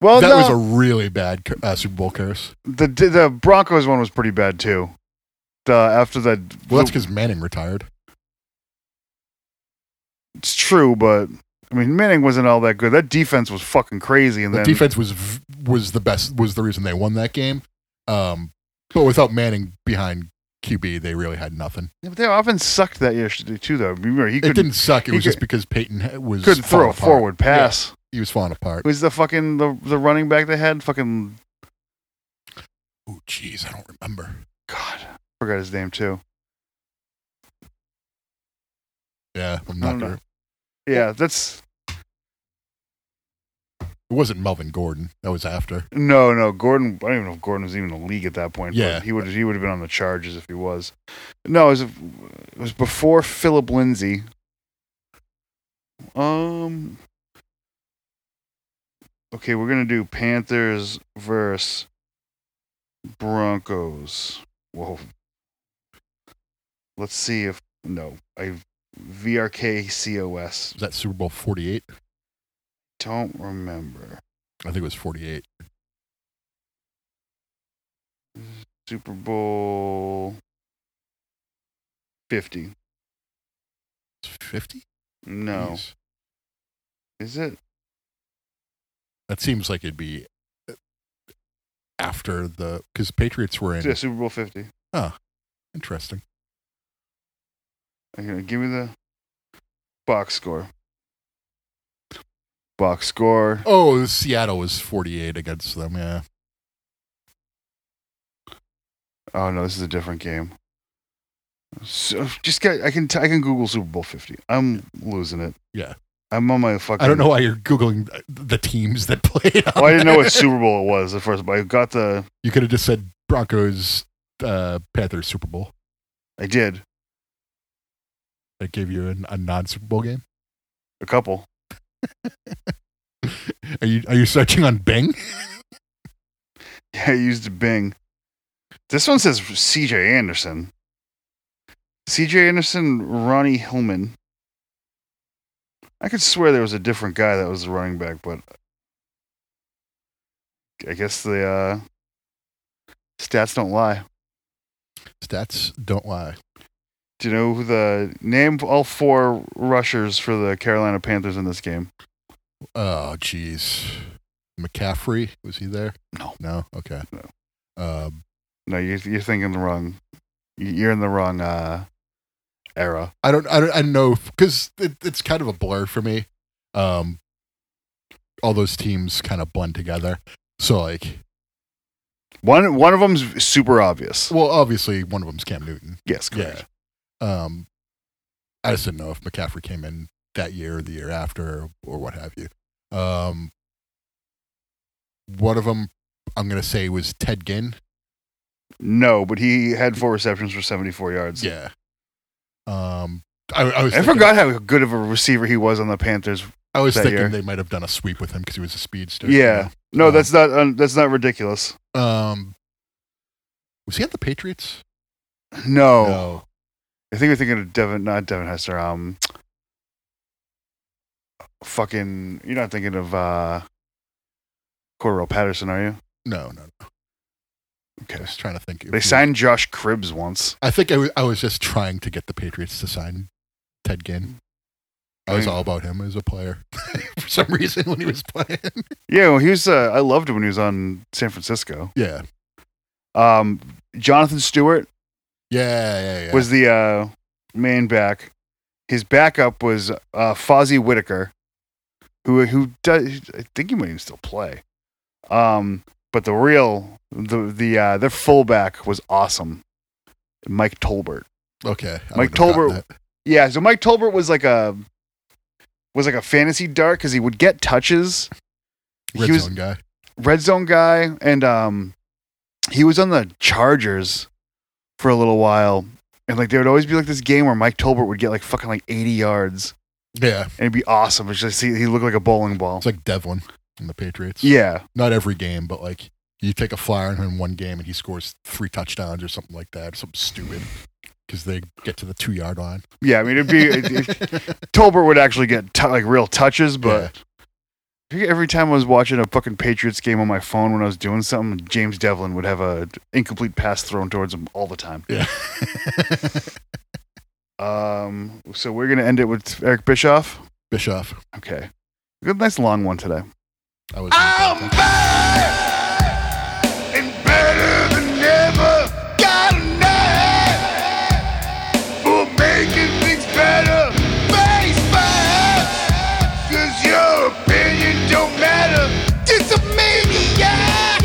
B: Well,
C: that
B: Oh, no,
C: was a really bad cur- uh, Super Bowl curse.
B: the the Broncos one was pretty bad too. The after that,
C: Well, that's because Manning retired.
B: it's true, but I mean Manning wasn't all that good. That defense was fucking crazy, and
C: The
B: then
C: defense was v- was the best was the reason they won that game. Um, but without Manning behind QB, they really had nothing.
B: Yeah, but their offense sucked that year too. Though remember he
C: It
B: couldn't
C: didn't suck. It
B: he
C: was just
B: could-
C: because Peyton ha- was
B: couldn't throw
C: falling
B: a
C: apart.
B: forward pass.
C: He was falling apart.
B: Who's the fucking the, the running back they had? Fucking
C: Oh, jeez, I don't remember.
B: God, forgot his name too.
C: Yeah, I'm
B: I
C: not.
B: don't
C: Gonna,
B: know. Yeah, that's
C: it wasn't Melvin Gordon. That was after.
B: no, no. Gordon, I don't even know if Gordon was even in the league at that point. but
C: Yeah.
B: he would he would have been on the Charges if he was. No, it was, it was before Philip Lindsay. Um. Okay, we're gonna do Panthers versus Broncos. Whoa. Let's see if no. I VRKCOS.
C: Was that Super Bowl 48?
B: Don't remember.
C: I think it was 48.
B: Super Bowl 50.
C: 50?
B: No.
C: Jeez.
B: Is it?
C: That seems like it'd be uh, after the because Patriots were in.
B: Yeah, Super Bowl 50.
C: Interesting.
B: Okay, give me the box score. Box score.
C: Oh, Seattle was 48 against them. Yeah.
B: Oh no, this is a different game. So, just get. I can. T- I can Google Super Bowl 50. I'm losing it.
C: Yeah.
B: I'm on my fucking.
C: I don't know why you're googling th- the teams that played. on
B: Well, I didn't know
C: there.
B: what Super Bowl it was at first, but I got the.
C: You could have just said Broncos, uh, Panthers Super Bowl.
B: I did.
C: That gave you an, a non Super Bowl game.
B: A couple.
C: Are you are you searching on Bing?
B: Yeah, I used Bing. This one says CJ Anderson. CJ Anderson, Ronnie Hillman. I could swear there was a different guy that was the running back, but I guess the uh, stats don't lie.
C: Stats don't lie.
B: Do you know who the name all four rushers for the Carolina Panthers in this game?
C: Oh, jeez. McCaffrey was he there?
B: No.
C: No. Okay.
B: No.
C: Um,
B: No, you're, you're thinking the wrong. You're in the wrong uh, era.
C: I don't. I don't. I don't know because it, it's kind of a blur for me. Um, all those teams kind of blend together. So like,
B: One one of them's super obvious.
C: well, obviously one of them's Cam Newton.
B: Yes, correct.
C: Um, I just didn't know if McCaffrey came in that year or the year after or what have you. Um, one of them, I'm gonna say, was Ted Ginn.
B: No, but he had four receptions for 74 yards.
C: Yeah. Um, I, I was.
B: I
C: thinking-
B: forgot how good of a receiver he was on the Panthers.
C: I was
B: that
C: thinking
B: year.
C: they might have done a sweep with him because he was a speedster. you
B: Yeah. No,
C: Uh,
B: that's not um, that's not ridiculous.
C: know? Um, was he at the Patriots?
B: No.
C: No.
B: I think we're thinking of Devin, not Devin Hester. Um, fucking, you're not thinking of uh, Cordell Patterson, are you?
C: No. No. no. I
B: Okay.
C: was trying to think. if
B: They
C: he-
B: signed Josh Cribbs once.
C: I think I wa- I was just trying to get the Patriots to sign Ted Ginn. I was
B: Right.
C: all about him as a player for some reason when he was playing.
B: Yeah, well, he was. Uh, I loved him when he was on San Francisco.
C: Yeah.
B: Um, Jonathan Stewart
C: Yeah. Yeah. Yeah.
B: was the uh, main back. His backup was uh, Fozzie Whitaker, who who does. I think he might even still play. Um, but the real the the uh, their fullback was awesome, Mike Tolbert.
C: okay. I
B: Mike
C: wouldn't have gotten
B: Tolbert-
C: that.
B: Yeah, so Mike Tolbert was like a was like a fantasy dart because he would get touches.
C: Red
B: he was
C: zone guy.
B: red zone guy, and um, he was on the Chargers for a little while. And like there would always be like this game where Mike Tolbert would get like fucking like 80 yards,
C: Yeah.
B: and it'd be awesome. It's just he, he looked like a bowling ball.
C: It's like Devlin in the Patriots.
B: yeah,
C: Not every game, but like you take a flyer on him in one game and he scores three touchdowns or something like that, something stupid, because they get to the two yard line.
B: yeah. I mean, it'd be it, it- Tolbert would actually get t- like real touches, but I think every time I was watching a fucking Patriots game on my phone when I was doing something, James Devlin would have a incomplete pass thrown towards him all the time.
C: yeah.
B: Um, so we're gonna end it with Eric Bischoff.
C: Bischoff.
B: Okay, good, nice long one today.
C: I was.
B: Ah,
A: I'm back and better than ever. Got a knack for making things better. Face back, cause your opinion don't matter. Just a maniac.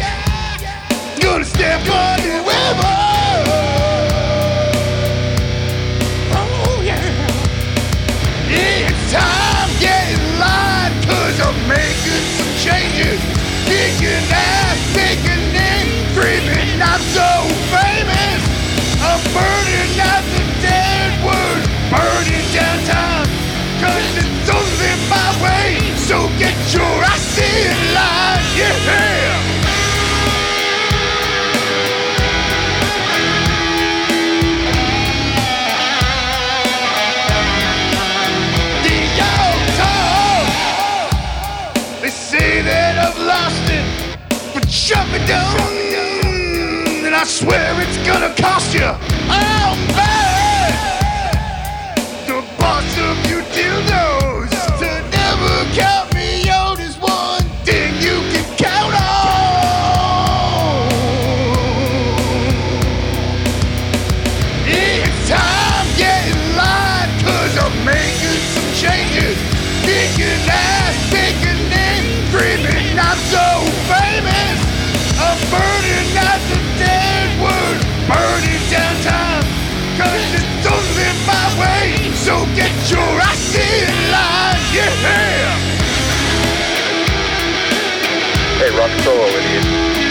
A: Gonna step on whoever. Oh, yeah. It's time getting live, cause I'm making some changes. Kicking ass, kicking in, screaming, I'm so famous. I'm burning out the dead word, burning down time. Cause it's only my way, so get your ass in line, yeah. the old town. They say that I've lost it, but shove it down, and I swear it's gonna cost you. I'm back, the boss of you dildos. To never count me out is one thing you can count on. It's time getting live, cause I'm making some changes. Kicking ass, kicking in, screaming, I'm so famous. I'm burning out the dead word, burning down time. Cause it's only my way, so get your ass in line, yeah.
D: Hey, rock solo, idiot.